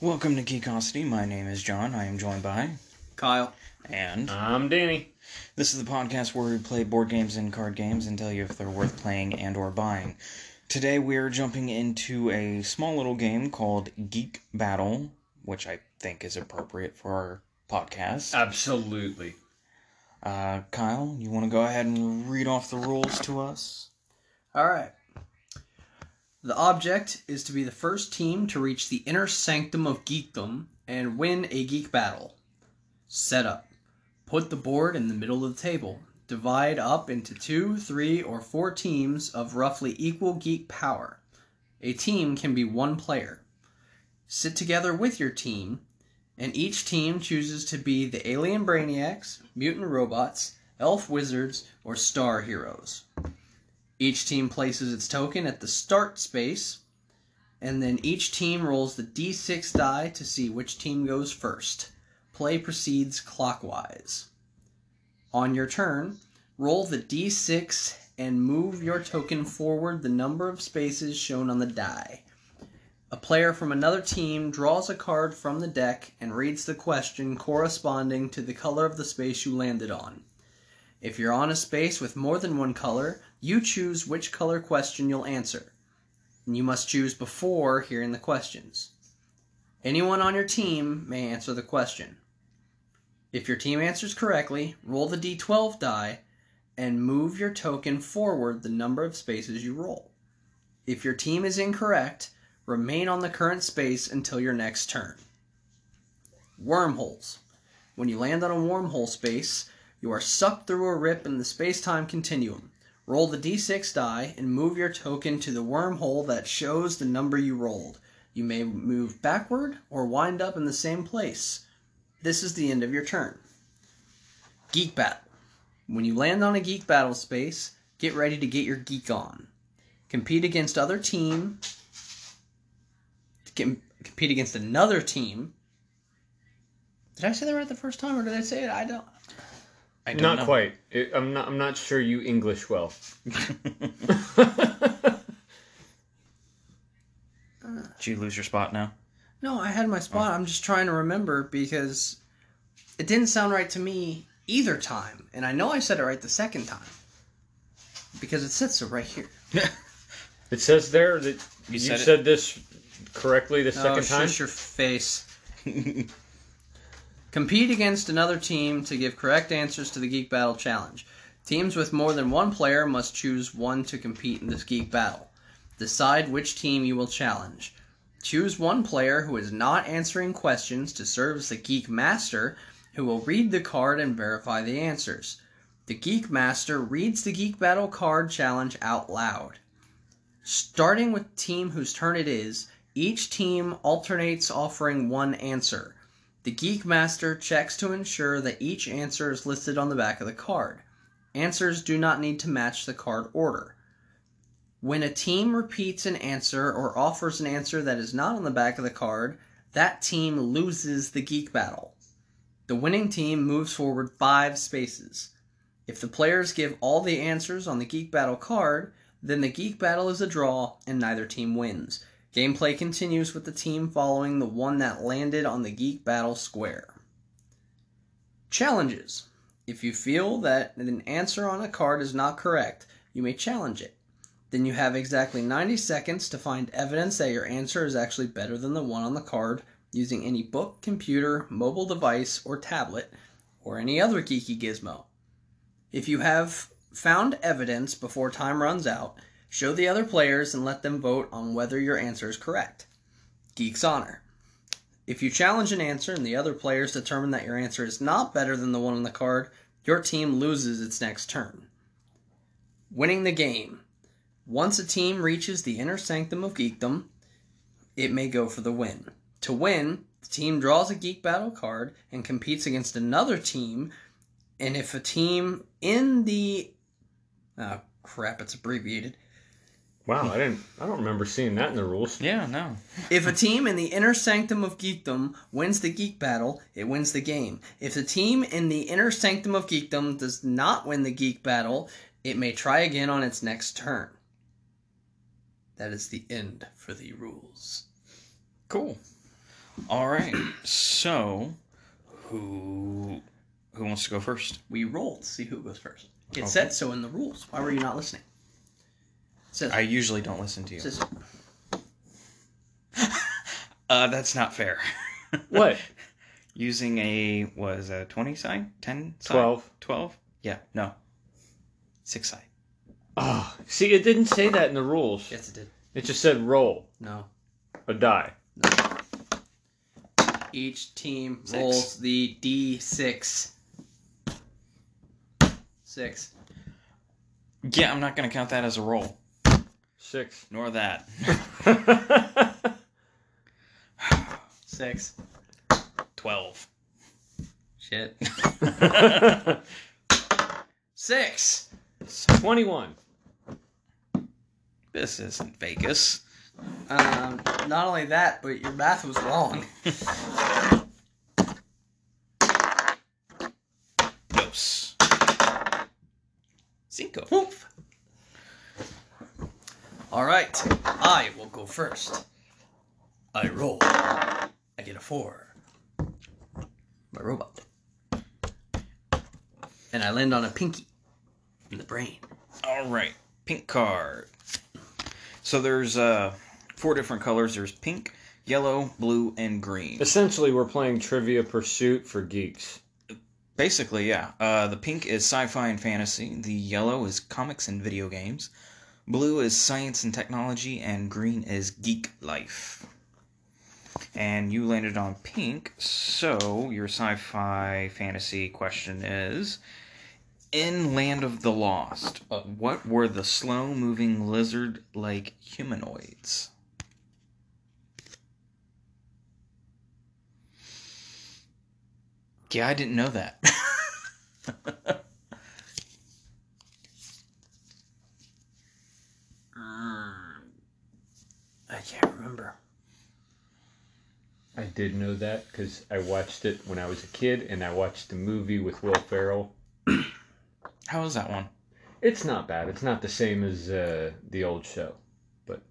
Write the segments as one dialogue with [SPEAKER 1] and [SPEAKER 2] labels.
[SPEAKER 1] Welcome to Geekosity. My name is John. I am joined by
[SPEAKER 2] Kyle.
[SPEAKER 1] and
[SPEAKER 3] I'm Danny.
[SPEAKER 1] this is the podcast where we play board games and card games and tell you if they're worth playing and or buying. Today we are jumping into a small little game called Geek Battle, which I think is appropriate for our podcast.
[SPEAKER 3] Absolutely.
[SPEAKER 1] Uh, Kyle, you want to go ahead and read off the rules to us?
[SPEAKER 2] All right. The object is to be the first team to reach the inner sanctum of geekdom and win a geek battle. Setup Put the board in the middle of the table. Divide up into two, three, or four teams of roughly equal geek power. A team can be one player. Sit together with your team, and each team chooses to be the alien brainiacs, mutant robots, elf wizards, or star heroes. Each team places its token at the start space, and then each team rolls the d6 die to see which team goes first. Play proceeds clockwise. On your turn, roll the d6 and move your token forward the number of spaces shown on the die. A player from another team draws a card from the deck and reads the question corresponding to the color of the space you landed on. If you're on a space with more than one color, you choose which color question you'll answer. And you must choose before hearing the questions. Anyone on your team may answer the question. If your team answers correctly, roll the d12 die and move your token forward the number of spaces you roll. If your team is incorrect, remain on the current space until your next turn. Wormholes. When you land on a wormhole space, you are sucked through a rip in the space time continuum. Roll the d6 die and move your token to the wormhole that shows the number you rolled. You may move backward or wind up in the same place. This is the end of your turn. Geek Battle. When you land on a geek battle space, get ready to get your geek on. Compete against other team. com- compete against another team. Did I say that right the first time, or did I say it? I don't.
[SPEAKER 1] I
[SPEAKER 3] Not quite. It, I'm not. I'm not sure you English well.
[SPEAKER 1] Did you lose your spot now?
[SPEAKER 2] No, I had my spot. I'm just trying to remember because it didn't sound right to me either time. And I know I said it right the second time because it said so right here.
[SPEAKER 3] It says there that you,
[SPEAKER 1] said
[SPEAKER 3] said,
[SPEAKER 1] it-
[SPEAKER 3] this correctly the
[SPEAKER 2] oh,
[SPEAKER 3] second time.
[SPEAKER 2] shush your face. Compete against another team to give correct answers to the Geek Battle Challenge. Teams with more than one player must choose one to compete in this Geek Battle. Decide which team you will challenge. Choose one player who is not answering questions to serve as the Geek Master, who will read the card and verify the answers. The Geek Master reads the Geek Battle card challenge out loud. Starting with team whose turn it is, each team alternates offering one answer. The Geek Master checks to ensure that each answer is listed on the back of the card. Answers do not need to match the card order. When a team repeats an answer or offers an answer that is not on the back of the card, that team loses the Geek Battle. The winning team moves forward five spaces. If the players give all the answers on the Geek Battle card, then the Geek Battle is a draw and neither team wins. Gameplay continues with the team following the one that landed on the Geek Battle Square. Challenges. If you feel that an answer on a card is not correct, you may challenge it. Then you have exactly 90 seconds to find evidence that your answer is actually better than the one on the card using any book, computer, mobile device, or tablet, or any other geeky gizmo. If you have found evidence before time runs out, Show the other players and let them vote on whether your answer is correct. Geek's Honor. If you challenge an answer and the other players determine that your answer is not better than the one on the card, your team loses its next turn. Winning the game. Once a team reaches the inner sanctum of geekdom, it may go for the win. To win, the team draws a geek battle card and competes against another team, and if a team in the. Oh, crap, it's abbreviated.
[SPEAKER 3] Wow, I didn't. I don't remember seeing that in the rules.
[SPEAKER 1] Yeah, no.
[SPEAKER 2] If a team in the inner sanctum of geekdom wins the geek battle, it wins the game. If the team in the inner sanctum of geekdom does not win the geek battle, it may try again on its next turn. That is the end for the rules.
[SPEAKER 1] Cool. All right. So, who who wants to go first?
[SPEAKER 2] We roll to see who goes first. It
[SPEAKER 1] Okay.
[SPEAKER 2] said so in the rules. Why were you not listening? It says,
[SPEAKER 1] I usually don't listen to you.
[SPEAKER 2] it says
[SPEAKER 1] Uh, that's not fair.
[SPEAKER 3] What?
[SPEAKER 1] Using a was a twenty side, ten, side?
[SPEAKER 3] Twelve.
[SPEAKER 1] twelve. Yeah, no, six side.
[SPEAKER 3] Ah, see, it didn't say that in the rules.
[SPEAKER 2] yes, it did.
[SPEAKER 3] It just said roll
[SPEAKER 2] No.
[SPEAKER 3] a die.
[SPEAKER 2] Each team
[SPEAKER 1] Six.
[SPEAKER 2] rolls the d6. Six.
[SPEAKER 1] Yeah, I'm not gonna count that as a roll,
[SPEAKER 3] Six.
[SPEAKER 1] nor that.
[SPEAKER 2] Six.
[SPEAKER 1] Twelve.
[SPEAKER 2] Shit.
[SPEAKER 3] Twenty-one.
[SPEAKER 2] Six.
[SPEAKER 1] This isn't Vegas.
[SPEAKER 2] Um, not only that, but your math was wrong.
[SPEAKER 1] Dos. Cinco.
[SPEAKER 2] Woof. All right, I will go first. I roll. I get a four. My robot. And I land on a pinky in the brain.
[SPEAKER 1] All right, pink card. So there's uh four different colors. There's pink, yellow, blue, and green.
[SPEAKER 3] Essentially, we're playing Trivia Pursuit for geeks.
[SPEAKER 1] Basically, yeah. Uh, the pink is sci-fi and fantasy. The yellow is comics and video games. Blue is science and technology, and green is geek life. And you landed on pink, so your sci-fi fantasy question is: In Land of the Lost, uh, what were the slow-moving lizard-like humanoids? Yeah, I didn't know that.
[SPEAKER 2] Um, I can't remember.
[SPEAKER 3] I did know that because I watched it when I was a kid, and I watched the movie with Will Ferrell.
[SPEAKER 1] How was that one?
[SPEAKER 3] It's not bad. It's not the same as uh, the old show, but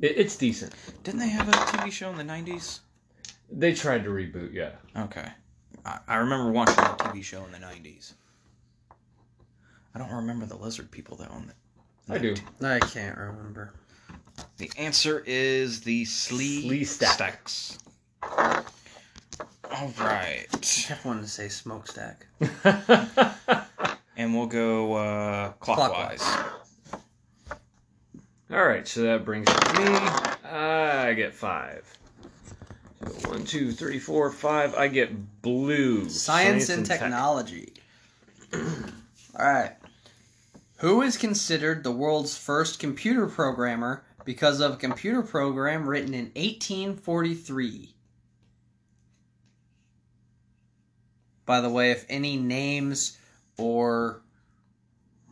[SPEAKER 3] it, it's decent.
[SPEAKER 1] Didn't they have a TV show in the '90s?
[SPEAKER 3] They tried to reboot, yeah.
[SPEAKER 1] Okay. I, I remember watching a TV show in the 90s. I don't remember the lizard people that own it.
[SPEAKER 3] I do.
[SPEAKER 2] I can't remember.
[SPEAKER 1] The answer is the Slee
[SPEAKER 3] Slee Stack.
[SPEAKER 1] Stacks. All right.
[SPEAKER 2] Jeff wanted to say smokestack.
[SPEAKER 1] And we'll go uh, clockwise.
[SPEAKER 3] All right, so that brings it to me. I get five. So one, two, three, four, five. I get blue.
[SPEAKER 2] Science, and
[SPEAKER 3] tech.
[SPEAKER 2] technology. All right. Who is considered the world's first computer programmer because of a computer program written in 1843? By the way, if any names or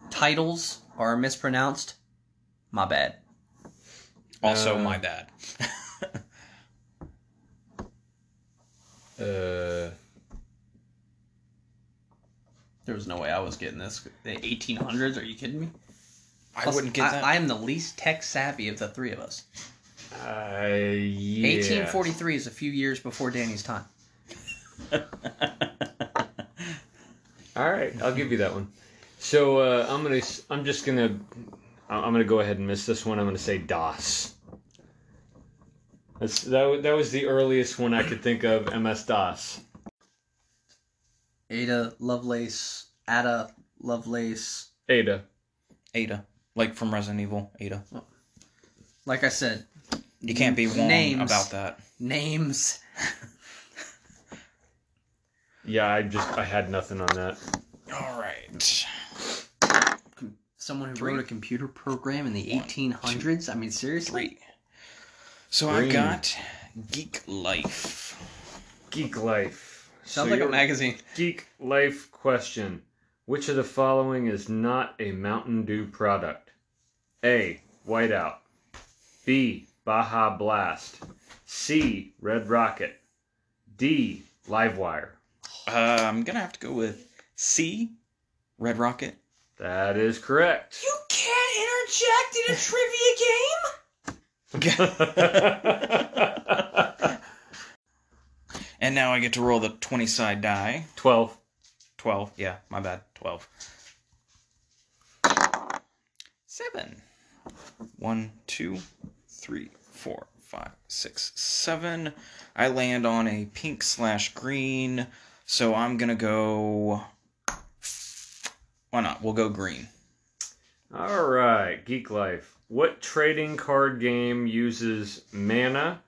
[SPEAKER 2] titles are mispronounced, my bad.
[SPEAKER 1] Also,
[SPEAKER 3] Uh,
[SPEAKER 1] my bad.
[SPEAKER 3] Uh,
[SPEAKER 2] There was no way I was getting this. The 1800s? Are you kidding me?
[SPEAKER 1] I
[SPEAKER 2] Plus,
[SPEAKER 1] wouldn't get that.
[SPEAKER 2] I am the least tech savvy of the three of us.
[SPEAKER 3] uh, yeah.
[SPEAKER 2] 1843 is a few years before Danny's time.
[SPEAKER 3] All right, I'll give you that one. So uh, I'm gonna. s- I'm just gonna. I- I'm gonna go ahead and miss this one. I'm gonna say DOS. That's that. wa- That was the earliest one I could think of. MS DOS.
[SPEAKER 2] Ada Lovelace, Ada Lovelace.
[SPEAKER 3] Ada.
[SPEAKER 1] Ada. Like from Resident Evil, Ada.
[SPEAKER 2] Like I said,
[SPEAKER 1] You can't be wrong
[SPEAKER 2] Names.
[SPEAKER 1] about that.
[SPEAKER 2] names.
[SPEAKER 3] Yeah, I just I had nothing on that.
[SPEAKER 1] All right.
[SPEAKER 2] Someone who wrote a computer program in the 1800s. I mean, seriously.
[SPEAKER 1] Three. So I
[SPEAKER 3] Green.
[SPEAKER 1] got Geek Life.
[SPEAKER 3] Geek Life.
[SPEAKER 2] Sounds
[SPEAKER 3] So
[SPEAKER 2] like a
[SPEAKER 3] your
[SPEAKER 2] magazine.
[SPEAKER 3] Geek Life question. Which of the following is not a Mountain Dew product? A. Whiteout. B. Baja Blast. C. Red Rocket. D. Livewire.
[SPEAKER 1] Uh, I'm gonna have to go with C, Red Rocket.
[SPEAKER 3] That is correct.
[SPEAKER 4] You can't interject in a trivia game?
[SPEAKER 3] All
[SPEAKER 1] And now I get to roll the 20 side die.
[SPEAKER 3] 12.
[SPEAKER 1] 12. Yeah, my bad. 12. Seven. One, two, three, four, five, six, seven. I land on a pink slash green, so I'm gonna go. Why not? We'll go green.
[SPEAKER 3] All right, Geek Life. What trading card game uses mana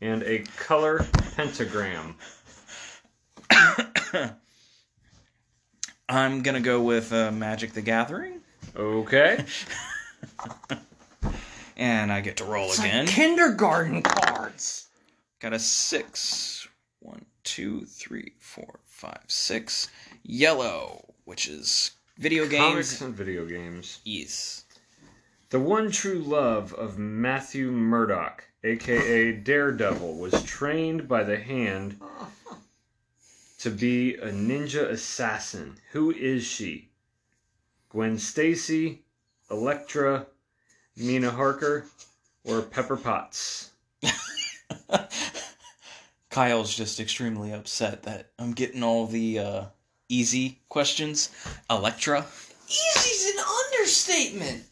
[SPEAKER 3] and a color pentagram?
[SPEAKER 1] I'm gonna go with uh, Magic the Gathering,
[SPEAKER 3] Okay.
[SPEAKER 1] and I get to roll
[SPEAKER 2] It's
[SPEAKER 1] again.
[SPEAKER 2] like kindergarten cards.
[SPEAKER 1] Got a six. One, two, three, four, five, six. Yellow, which is video
[SPEAKER 3] Comics
[SPEAKER 1] games.
[SPEAKER 3] and video games.
[SPEAKER 1] Yes.
[SPEAKER 3] The one true love of Matthew Murdock, aka Daredevil, was trained by the hand to be a ninja assassin. Who is she? Gwen Stacy, Electra, Mina Harker, or Pepper Potts?
[SPEAKER 1] Kyle's just extremely upset that I'm getting all the uh, easy questions. Electra.
[SPEAKER 4] Easy's an understatement.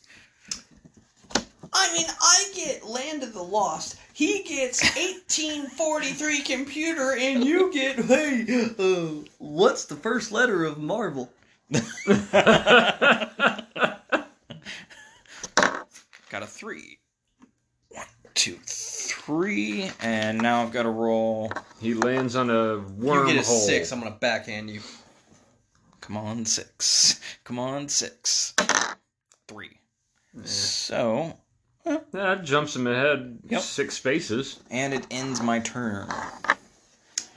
[SPEAKER 4] I mean, I get Land of the Lost. He gets 1843 computer, and you get hey.
[SPEAKER 2] Uh, what's the first letter of Marvel?
[SPEAKER 1] Got a three. One, two, three, and now I've got to roll.
[SPEAKER 3] He lands on a wormhole.
[SPEAKER 2] You get a six. I'm gonna backhand you.
[SPEAKER 1] Come on, six. Come on, six. Three. So,
[SPEAKER 3] That jumps him ahead
[SPEAKER 1] Yep.
[SPEAKER 3] six spaces.
[SPEAKER 1] and it ends my turn.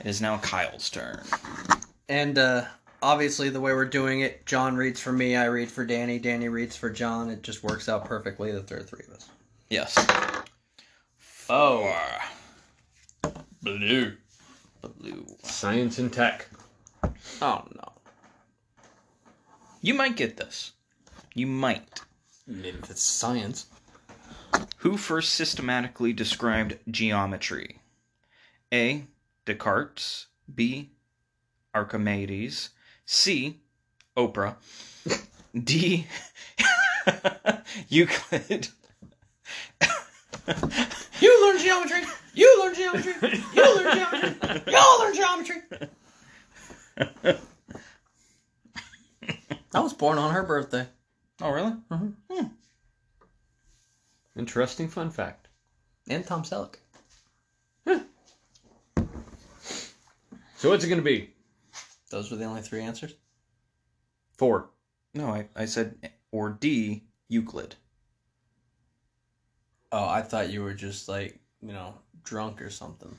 [SPEAKER 1] It is now Kyle's turn.
[SPEAKER 2] And uh, obviously, the way we're doing it, John reads for me, I read for Danny, Danny reads for John. It just works out perfectly that there are three of us.
[SPEAKER 1] Yes. Four. Oh. Blue. Blue.
[SPEAKER 3] Science and tech.
[SPEAKER 2] Oh no.
[SPEAKER 1] You might get this. You might.
[SPEAKER 2] Maybe if it's science.
[SPEAKER 1] Who first systematically described geometry? A. Descartes. B. Archimedes. C. Oprah. D. Euclid.
[SPEAKER 4] You learn geometry. You learn geometry. You learn geometry. Y'all learn geometry.
[SPEAKER 2] I was born on her birthday.
[SPEAKER 1] Oh, really?
[SPEAKER 3] Interesting fun fact.
[SPEAKER 2] And Tom Selleck.
[SPEAKER 3] So what's it going to be?
[SPEAKER 2] Those were the only three answers.
[SPEAKER 3] Four.
[SPEAKER 1] No, I, I said, or D. Euclid.
[SPEAKER 2] Oh, I thought you were just like, you know, drunk or something.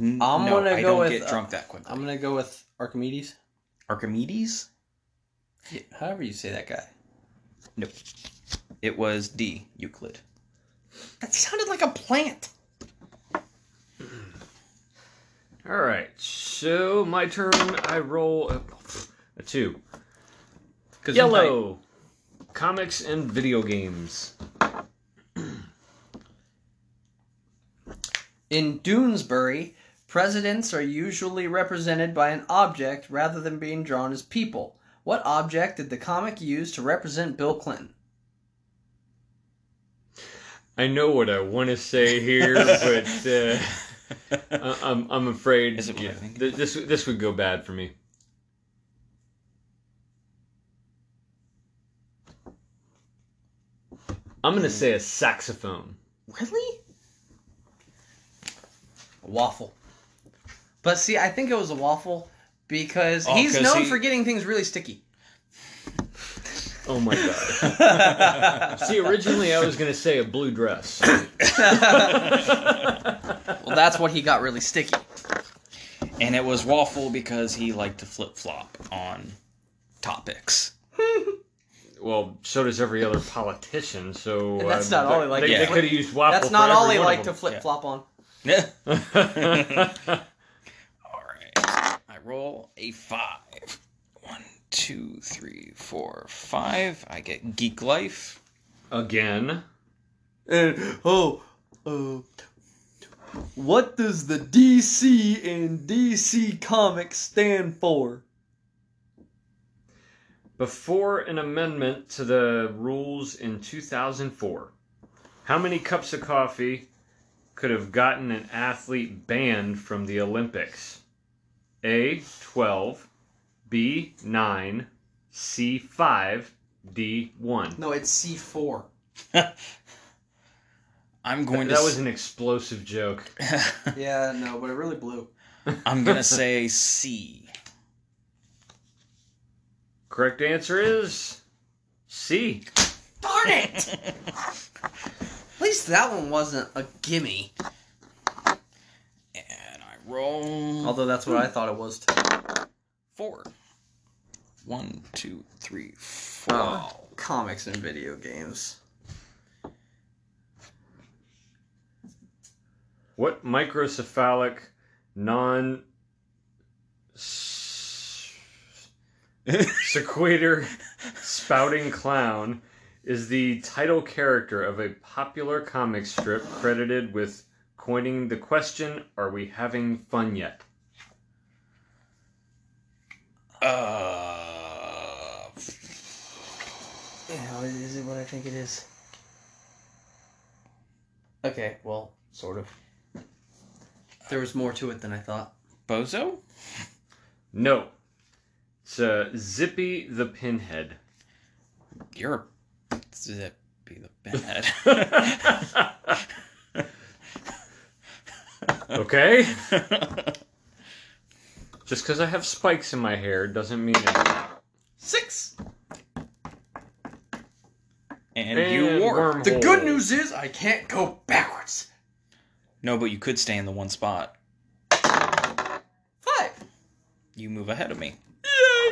[SPEAKER 1] N-
[SPEAKER 2] I'm
[SPEAKER 1] no,
[SPEAKER 2] gonna
[SPEAKER 1] I
[SPEAKER 2] go
[SPEAKER 1] don't
[SPEAKER 2] with,
[SPEAKER 1] get
[SPEAKER 2] uh,
[SPEAKER 1] drunk that quickly.
[SPEAKER 2] I'm gonna go with Archimedes.
[SPEAKER 1] Archimedes?
[SPEAKER 2] However you say that guy.
[SPEAKER 1] Nope. It was D. Euclid.
[SPEAKER 2] That sounded like a plant.
[SPEAKER 3] All right. So my turn. I roll a, a two. Yellow. Comics and video games.
[SPEAKER 2] In Doonesbury, presidents are usually represented by an object rather than being drawn as people. What object did the comic use to represent Bill Clinton?
[SPEAKER 3] I know what I want to say here, but uh, I- I'm I'm afraid
[SPEAKER 1] Is it what I
[SPEAKER 3] yeah,
[SPEAKER 1] think?
[SPEAKER 3] th- this this would go bad for me. I'm gonna say a saxophone.
[SPEAKER 2] Really? A waffle. But see, I think it was a waffle because
[SPEAKER 1] Oh,
[SPEAKER 2] he's
[SPEAKER 1] 'cause
[SPEAKER 2] known
[SPEAKER 1] he-
[SPEAKER 2] for getting things really sticky.
[SPEAKER 3] Oh my god! See, originally I was gonna say a blue dress.
[SPEAKER 2] Well, that's what he got really sticky.
[SPEAKER 1] And it was Waffle because he liked to flip flop on topics.
[SPEAKER 3] Well, so does every other politician. So
[SPEAKER 2] And that's not all he liked
[SPEAKER 3] They,
[SPEAKER 1] to
[SPEAKER 3] they
[SPEAKER 1] flip-
[SPEAKER 3] could have used waffle.
[SPEAKER 2] That's
[SPEAKER 3] for
[SPEAKER 2] not
[SPEAKER 3] every
[SPEAKER 2] all he
[SPEAKER 3] one
[SPEAKER 2] liked
[SPEAKER 3] of
[SPEAKER 2] to
[SPEAKER 3] them.
[SPEAKER 2] flip flop on.
[SPEAKER 1] All
[SPEAKER 3] All
[SPEAKER 1] right. I roll a five. One, two, three, four, five. I get Geek Life.
[SPEAKER 3] Again.
[SPEAKER 2] And oh, oh, What does the DC in DC Comics stand for?
[SPEAKER 3] Before an amendment to the rules in 2004, how many cups of coffee could have gotten an athlete banned from the Olympics? A. 12, B. 9, C. 5, D. 1.
[SPEAKER 4] No, it's C four.
[SPEAKER 1] I'm going
[SPEAKER 3] That
[SPEAKER 1] to.
[SPEAKER 3] was an explosive joke.
[SPEAKER 1] s-
[SPEAKER 4] Yeah, no, but it really blew.
[SPEAKER 1] I'm gonna say C.
[SPEAKER 3] Correct answer is C.
[SPEAKER 4] Darn it!
[SPEAKER 2] At least that one wasn't a gimme.
[SPEAKER 1] And I roll
[SPEAKER 2] Although that's what I thought it was too.
[SPEAKER 1] four. One, two, three, four.
[SPEAKER 2] Oh.
[SPEAKER 3] Oh.
[SPEAKER 2] comics and video games.
[SPEAKER 3] What microcephalic non sequitur spouting clown is the title character of a popular comic strip credited with coining the question are we having fun yet
[SPEAKER 1] Uh,
[SPEAKER 2] Yeah, is it what I think it is? Okay, well, sort of. There was more to it than I thought.
[SPEAKER 1] Bozo?
[SPEAKER 3] no it's uh, zippy the pinhead
[SPEAKER 1] You're a. That'd be the bad.
[SPEAKER 3] okay just because i have spikes in my hair doesn't mean it
[SPEAKER 2] Six.
[SPEAKER 1] and, you warped.
[SPEAKER 2] The good news is I can't go backwards.
[SPEAKER 1] No, but you could stay in the one spot.
[SPEAKER 2] Five.
[SPEAKER 1] You move ahead of me.
[SPEAKER 2] Yay!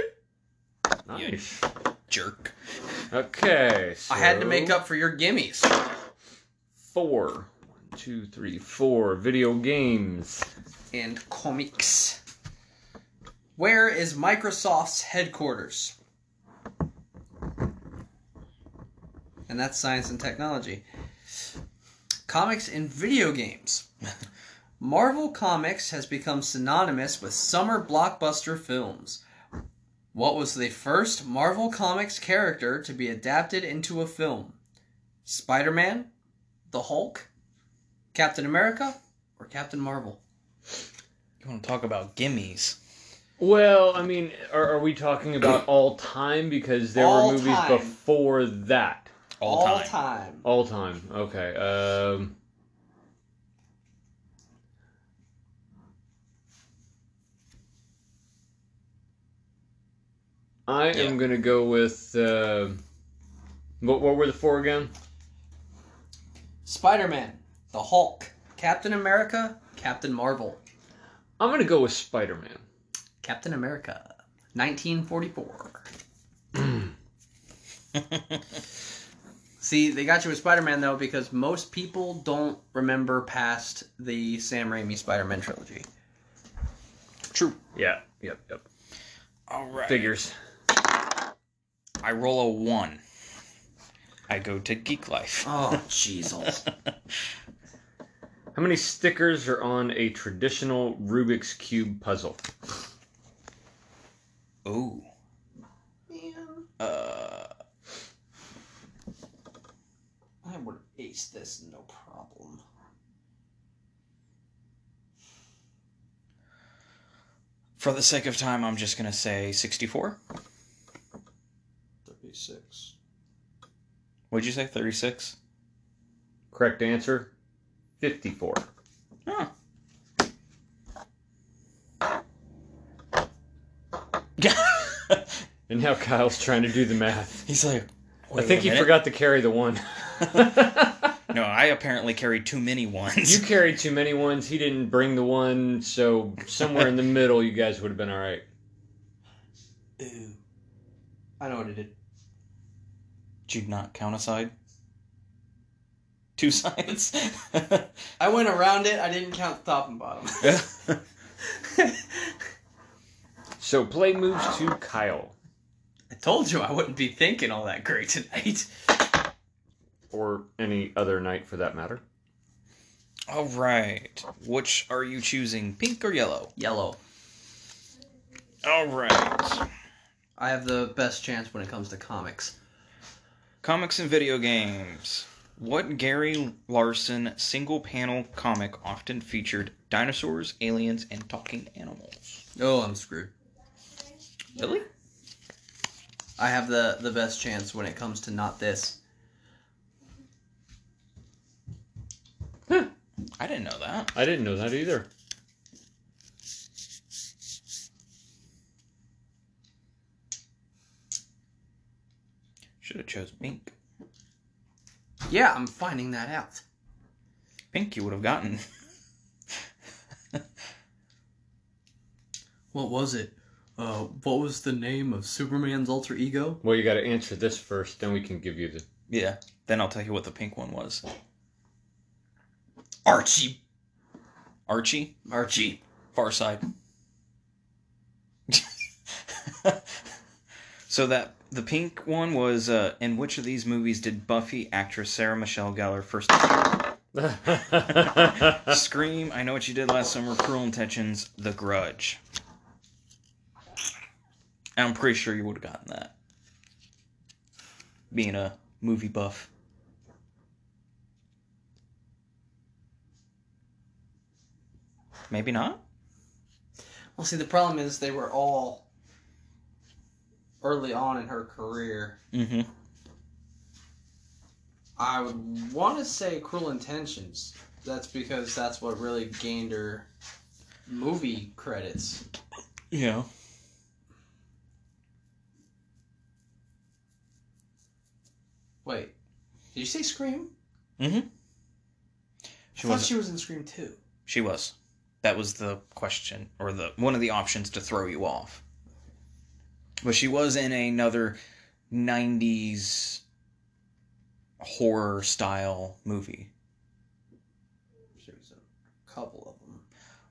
[SPEAKER 3] Nice.
[SPEAKER 1] Jerk.
[SPEAKER 3] Okay. So
[SPEAKER 2] I had to make up for your gimmies.
[SPEAKER 3] four. One, two, three, four. Video games.
[SPEAKER 2] and comics. Where is Microsoft's headquarters? And that's science and technology. Comics and video games. Marvel Comics has become synonymous with summer blockbuster films. What was the first Marvel Comics character to be adapted into a film? Spider Man? The Hulk? Captain America? Or Captain Marvel?
[SPEAKER 1] You want to talk about gimmies?
[SPEAKER 3] Well, I mean, are, are we talking about all time? Because there
[SPEAKER 2] All
[SPEAKER 3] were movies
[SPEAKER 2] time.
[SPEAKER 3] before that.
[SPEAKER 1] All, time.
[SPEAKER 3] All time. Okay. Um. I am gonna go with. Uh, what, what were the four again?
[SPEAKER 2] Spider Man, The Hulk, Captain America, Captain Marvel,
[SPEAKER 3] I'm gonna go with Spider Man.
[SPEAKER 2] Captain America, 1944. See, they got you with Spider Man though because most people don't remember past the Sam Raimi Spider Man trilogy.
[SPEAKER 1] True.
[SPEAKER 3] Yeah. Yep. Yep.
[SPEAKER 1] All right.
[SPEAKER 3] Figures.
[SPEAKER 1] I roll a one. I go to Geek Life.
[SPEAKER 2] Oh, Jesus.
[SPEAKER 3] How many stickers are on a traditional Rubik's Cube puzzle?
[SPEAKER 1] Ooh.
[SPEAKER 4] Uh, I would have aced this no problem.
[SPEAKER 1] For the sake of time, I'm just gonna say 64.
[SPEAKER 4] Thirty-six.
[SPEAKER 1] What'd you say? 36.
[SPEAKER 3] Correct answer 54.
[SPEAKER 1] Huh.
[SPEAKER 3] And now Kyle's trying to do the math.
[SPEAKER 1] He's like,
[SPEAKER 3] I think
[SPEAKER 1] you
[SPEAKER 3] he forgot to carry the one.
[SPEAKER 1] No, I apparently carried too many ones.
[SPEAKER 3] you carried too many ones. He didn't bring the one, so somewhere in the middle, you guys would have been all right.
[SPEAKER 4] Ooh. I know what I did.
[SPEAKER 1] Did you not count a side? Two sides?
[SPEAKER 4] I went around it. I didn't count the top and bottom.
[SPEAKER 3] So play moves to Kyle,
[SPEAKER 2] I told you I wouldn't be thinking all that great tonight.
[SPEAKER 3] or any other night for that matter.
[SPEAKER 1] All right. Which are you choosing, pink or yellow?
[SPEAKER 2] Yellow.
[SPEAKER 1] All right.
[SPEAKER 2] I have the best chance when it comes to comics.
[SPEAKER 1] Comics and video games. What Gary Larson single panel comic often featured dinosaurs, aliens, and talking animals?
[SPEAKER 2] Oh, I'm screwed.
[SPEAKER 1] Really?
[SPEAKER 2] I have the the best chance when it comes to not this.
[SPEAKER 1] I didn't know that.
[SPEAKER 3] I didn't know that either.
[SPEAKER 1] Should have chose pink.
[SPEAKER 2] Yeah, I'm finding that out.
[SPEAKER 1] Pink you would have gotten.
[SPEAKER 2] What was it? Uh, what was the name of Superman's alter ego?
[SPEAKER 3] Well, you got to answer this first, then we can give you the.
[SPEAKER 1] Yeah. Then I'll tell you what the pink one was.
[SPEAKER 2] Archie.
[SPEAKER 1] Archie,
[SPEAKER 2] Archie.
[SPEAKER 1] Far Side. so that the pink one was uh, in which of these movies did Buffy actress Sarah Michelle Gellar first Scream, I Know What You Did Last Summer, Cruel Intentions, The Grudge. I'm pretty sure you would have gotten that. Being a movie buff. Maybe not?
[SPEAKER 2] Well, see, the problem is they were all early on in her career.
[SPEAKER 1] Mm-hmm.
[SPEAKER 2] I would want to say Cruel Intentions. That's because that's what really gained her movie credits.
[SPEAKER 1] Yeah.
[SPEAKER 2] Wait, did you say Scream?
[SPEAKER 1] Mm-hmm. She
[SPEAKER 2] I thought
[SPEAKER 1] was
[SPEAKER 2] she was in Scream too.
[SPEAKER 1] she was. That was the question or the one of the options to throw you off. But she was in another nineties horror style movie.
[SPEAKER 2] She was in a couple of them.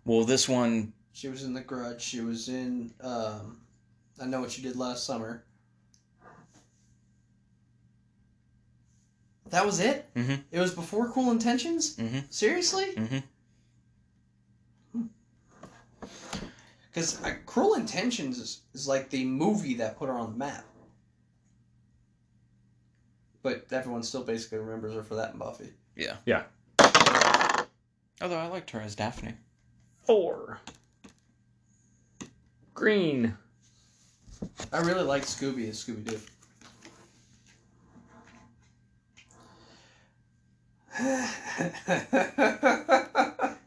[SPEAKER 1] Well this one
[SPEAKER 2] She was in The Grudge. She was in um, I Know What You Did Last Summer. That was it?
[SPEAKER 1] Mhm.
[SPEAKER 2] It was before Cool Intentions?
[SPEAKER 1] Mhm.
[SPEAKER 2] Seriously?
[SPEAKER 1] Mhm.
[SPEAKER 2] Because uh, Cruel Intentions is, is like the movie that put her on the map. But everyone still basically remembers her for that and Buffy.
[SPEAKER 1] although I liked her as Daphne.
[SPEAKER 3] Four. Green.
[SPEAKER 2] I really like Scooby as Scooby Doo.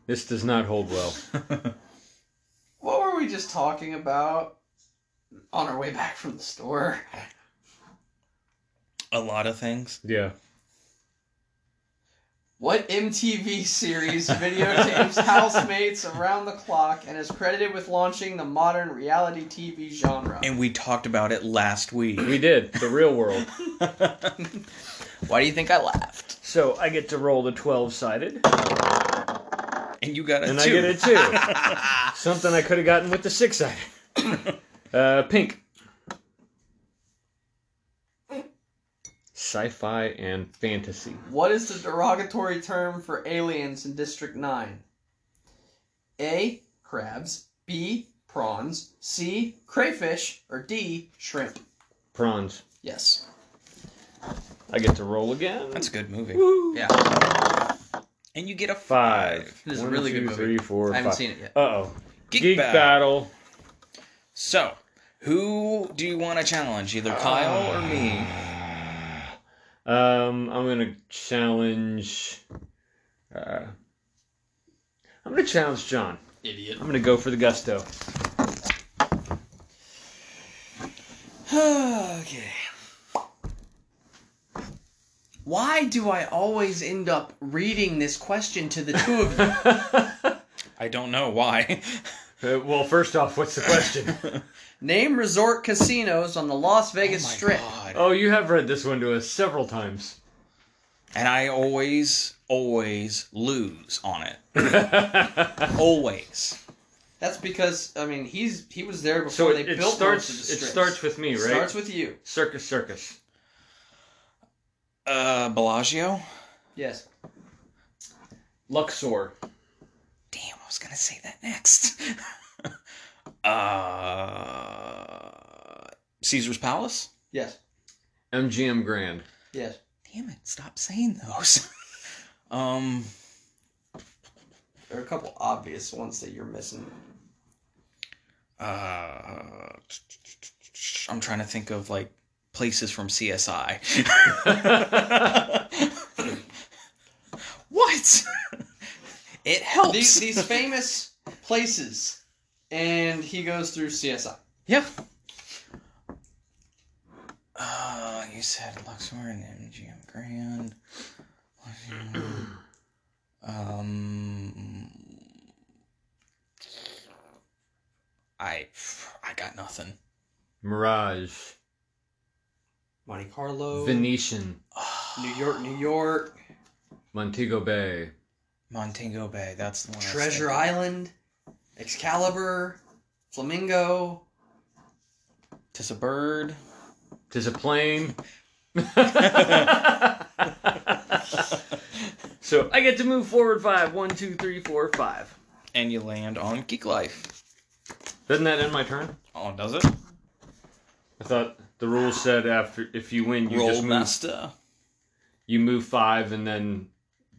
[SPEAKER 3] This does not hold well.
[SPEAKER 2] what were we just talking about on our way back from the store?
[SPEAKER 1] A lot of things.
[SPEAKER 3] Yeah.
[SPEAKER 2] What MTV series videotapes housemates around the clock and is credited with launching the modern reality TV genre?
[SPEAKER 1] And we talked about it last week.
[SPEAKER 3] We did. The real world.
[SPEAKER 1] Why do you think I laughed?
[SPEAKER 3] So I get to roll the 12 sided.
[SPEAKER 1] And you got a
[SPEAKER 3] And
[SPEAKER 1] two.
[SPEAKER 3] I get a two. Something I could have gotten with the six sided. Uh, pink. Sci fi and fantasy.
[SPEAKER 2] What is the derogatory term for aliens in District 9? A. Crabs. B. Prawns. C. Crayfish. Or D. Shrimp.
[SPEAKER 3] Prawns.
[SPEAKER 2] Yes.
[SPEAKER 3] I get to roll again.
[SPEAKER 1] That's a good movie.
[SPEAKER 3] Woo.
[SPEAKER 2] Yeah.
[SPEAKER 1] And you get a
[SPEAKER 3] Five.
[SPEAKER 2] This is a
[SPEAKER 3] One,
[SPEAKER 2] really
[SPEAKER 3] two,
[SPEAKER 2] good movie.
[SPEAKER 3] three, four,
[SPEAKER 2] I haven't
[SPEAKER 3] five.
[SPEAKER 2] seen it yet.
[SPEAKER 3] Uh oh.
[SPEAKER 1] Geek,
[SPEAKER 3] Geek
[SPEAKER 1] Battle.
[SPEAKER 3] battle.
[SPEAKER 1] So, who do you want to challenge? Either Kyle or me?
[SPEAKER 3] Um, I'm gonna challenge. Uh, I'm gonna challenge John.
[SPEAKER 2] Idiot.
[SPEAKER 3] I'm gonna go for the gusto.
[SPEAKER 2] okay. Why do I always end up reading this question to the two of you?
[SPEAKER 1] I don't know why.
[SPEAKER 3] Uh, well, first off, what's the question?
[SPEAKER 2] Name resort casinos on the Las Vegas Strip.
[SPEAKER 3] oh, you have read this one to us several times.
[SPEAKER 1] And I always, always lose on it. always.
[SPEAKER 2] That's because I mean he's he was there before
[SPEAKER 3] so
[SPEAKER 2] they
[SPEAKER 3] it, it
[SPEAKER 2] built
[SPEAKER 3] starts.
[SPEAKER 2] most of the
[SPEAKER 3] It
[SPEAKER 2] strips.
[SPEAKER 3] starts with me, right?
[SPEAKER 2] Starts with you.
[SPEAKER 3] circus, circus.
[SPEAKER 1] Uh, Bellagio?
[SPEAKER 2] Yes. Luxor.
[SPEAKER 1] Damn, I was gonna say that next. uh, Caesar's Palace.
[SPEAKER 2] Yes.
[SPEAKER 3] MGM Grand.
[SPEAKER 2] Yes.
[SPEAKER 1] Damn it! Stop saying those. um,
[SPEAKER 2] There are a couple obvious ones that you're missing.
[SPEAKER 1] uh, I'm trying to think of like places from CSI. what? it helps.
[SPEAKER 2] These, these famous places. And he goes through CSI.
[SPEAKER 1] Yeah. Uh, you said Luxor and MGM Grand. Luxor. um, I I got nothing.
[SPEAKER 3] Mirage.
[SPEAKER 2] Monte Carlo.
[SPEAKER 3] Venetian.
[SPEAKER 2] New York, New York.
[SPEAKER 3] Montego Bay.
[SPEAKER 1] Montego Bay. That's the one. I was
[SPEAKER 2] Treasure
[SPEAKER 1] thinking.
[SPEAKER 2] Island. Excalibur. Flamingo.
[SPEAKER 1] Tis a bird.
[SPEAKER 3] Tis a plane. so I get to move forward five. One, two, three, four, five.
[SPEAKER 1] And you land on Geek Life.
[SPEAKER 3] Doesn't that end my turn?
[SPEAKER 1] Oh, does it?
[SPEAKER 3] I thought the rules said after if you win, you
[SPEAKER 1] Roll
[SPEAKER 3] just move.
[SPEAKER 1] master.
[SPEAKER 3] You move five, and then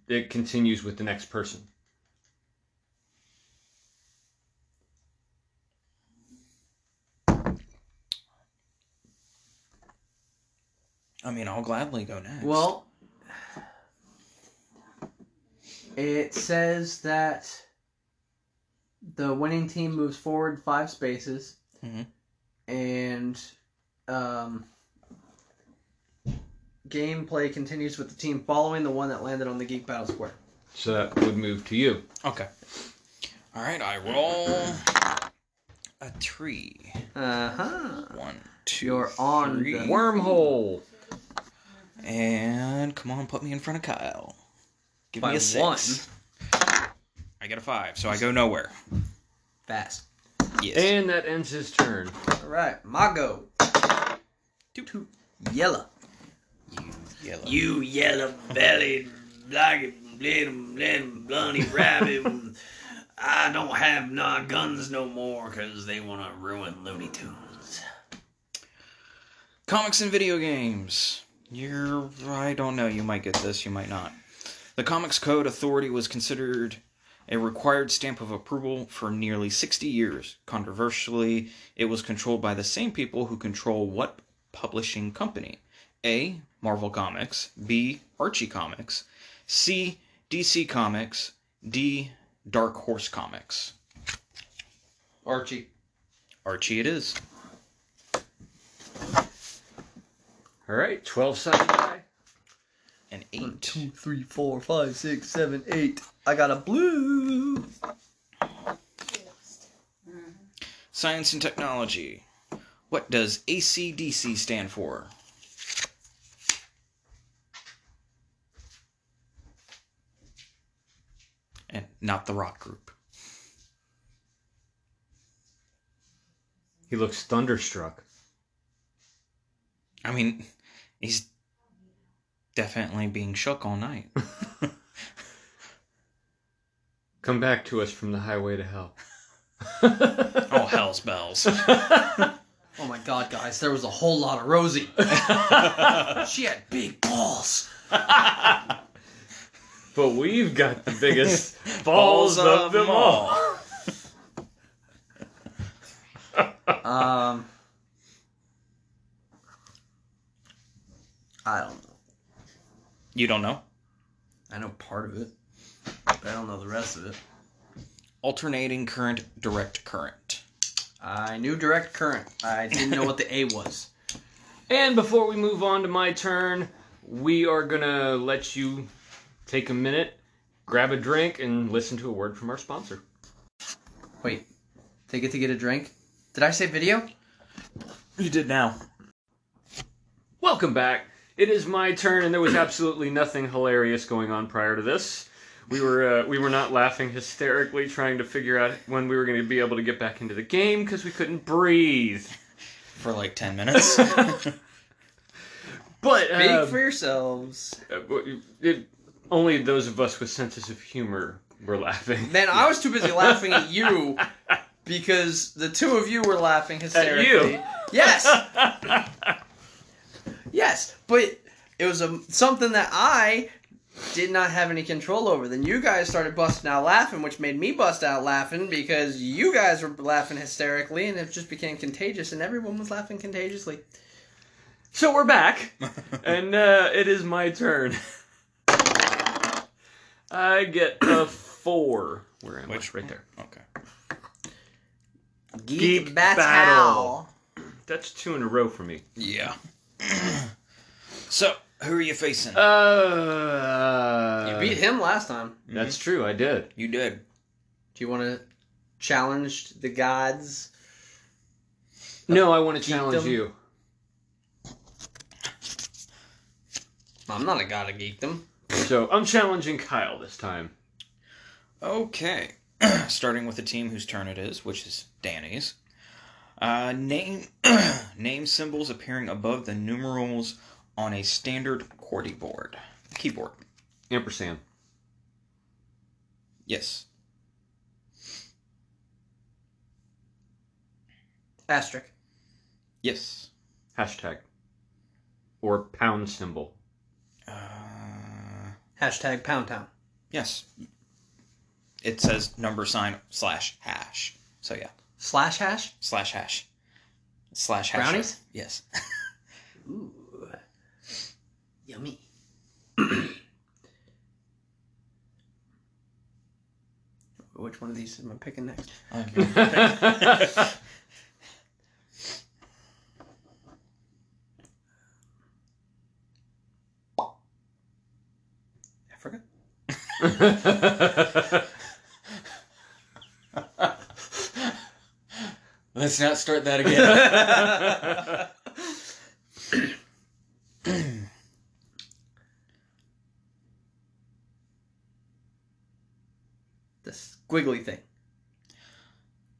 [SPEAKER 3] it continues with the next person.
[SPEAKER 1] I mean, I'll gladly go next.
[SPEAKER 2] Well, it says that the winning team moves forward five spaces,
[SPEAKER 1] Mhm.
[SPEAKER 2] and um, gameplay continues with the team following the one that landed on the Geek Battle Square.
[SPEAKER 3] So that would move to you.
[SPEAKER 1] okay. All right, I roll a three.
[SPEAKER 2] Uh huh.
[SPEAKER 1] One, two,
[SPEAKER 2] You're on
[SPEAKER 1] three.
[SPEAKER 2] the-
[SPEAKER 3] Wormhole.
[SPEAKER 1] And come on, put me in front of Kyle. Give
[SPEAKER 2] By
[SPEAKER 1] me a six. I get a five, so I go nowhere.
[SPEAKER 2] Fast.
[SPEAKER 1] Yes.
[SPEAKER 3] And that ends his turn.
[SPEAKER 2] All right, Mago.
[SPEAKER 1] Toot.
[SPEAKER 2] Yellow.
[SPEAKER 1] Yellow.
[SPEAKER 4] You yellow bellied, black little, little bloody rabbit. I don't have no guns no more 'cause they want to ruin Looney Tunes.
[SPEAKER 1] Comics and video games. You're. I don't know. You might get this. You might not. The Comics Code Authority was considered a required stamp of approval for nearly 60 years. Controversially, it was controlled by the same people who control what publishing company? A. Marvel Comics. B. Archie Comics. C. DC Comics. D. Dark Horse Comics.
[SPEAKER 2] Archie.
[SPEAKER 1] Archie it is.
[SPEAKER 3] All right, twelve sided die.
[SPEAKER 1] An
[SPEAKER 2] One,
[SPEAKER 1] eight.
[SPEAKER 2] two, three, four, five, six, seven, eight. I got a blue.
[SPEAKER 1] Science and technology. What does ACDC stand for? And not the rock group.
[SPEAKER 3] He looks thunderstruck.
[SPEAKER 1] I mean, he's definitely being shook all night.
[SPEAKER 3] Come back to us from the highway to hell.
[SPEAKER 1] Oh, hell's bells.
[SPEAKER 2] Oh my god, guys, there was a whole lot of Rosie. she had big balls.
[SPEAKER 3] But we've got the biggest
[SPEAKER 1] Balls
[SPEAKER 3] balls of
[SPEAKER 1] of
[SPEAKER 3] them all.
[SPEAKER 2] Um, I don't know.
[SPEAKER 1] You don't know?
[SPEAKER 2] I know part of it, but I don't know the rest of it.
[SPEAKER 1] Alternating current, direct current.
[SPEAKER 2] I knew direct current. I didn't know what the A was.
[SPEAKER 3] And before we move on to my turn, we are gonna let you take a minute, grab a drink, and listen to a word from our sponsor.
[SPEAKER 2] Wait, they get to get a drink? Did I say video?
[SPEAKER 1] You did now.
[SPEAKER 3] Welcome back. It is my turn, and there was absolutely nothing hilarious going on prior to this. We were uh, we were not laughing hysterically, trying to figure out when we were going to be able to get back into the game because we couldn't breathe.
[SPEAKER 1] For like 10 minutes.
[SPEAKER 3] But
[SPEAKER 2] Speak
[SPEAKER 3] uh,
[SPEAKER 2] for yourselves.
[SPEAKER 3] uh, it, only those of us with senses of humor were laughing.
[SPEAKER 2] Man, I was too busy laughing at you because the two of you were laughing hysterically.
[SPEAKER 3] you?
[SPEAKER 2] Yes, yes, but it was a, something that I did not have any control over. Then you guys started busting out laughing, which made me bust out laughing because you guys were laughing hysterically, and it just became contagious, and everyone was laughing contagiously.
[SPEAKER 3] so we're back, and uh, it is my turn. I get a four. Where am
[SPEAKER 1] Which
[SPEAKER 3] I? Right there.
[SPEAKER 1] Okay.
[SPEAKER 2] Geek,
[SPEAKER 3] Geek
[SPEAKER 2] battle.
[SPEAKER 3] battle. That's two in a row for me.
[SPEAKER 1] Yeah. so, who are you facing?
[SPEAKER 3] Uh,
[SPEAKER 2] You beat him last time.
[SPEAKER 3] That's true. I did.
[SPEAKER 1] you did.
[SPEAKER 2] Do you want to challenge the gods?
[SPEAKER 3] No, I want to challenge
[SPEAKER 2] them.
[SPEAKER 3] you.
[SPEAKER 2] I'm not a god of geekdom.
[SPEAKER 3] So I'm challenging Kyle this time.
[SPEAKER 1] Okay. Starting with the team whose turn it is, which is Danny's. Uh, name name symbols appearing above the numerals on a standard QWERTY board. Keyboard.
[SPEAKER 3] Ampersand.
[SPEAKER 1] Yes.
[SPEAKER 2] Asterisk.
[SPEAKER 1] Yes.
[SPEAKER 3] Hashtag. Or pound symbol.
[SPEAKER 1] Uh,
[SPEAKER 2] Hashtag Pound Town.
[SPEAKER 1] yes. It says number sign slash hash. So yeah,
[SPEAKER 2] Slash hash?
[SPEAKER 1] slash hash. Slash hash.
[SPEAKER 2] Brownies?
[SPEAKER 1] Yes.
[SPEAKER 2] Ooh. Yummy. Which one of these am I picking next? Africa?
[SPEAKER 1] Let's not start that again.
[SPEAKER 2] The squiggly thing.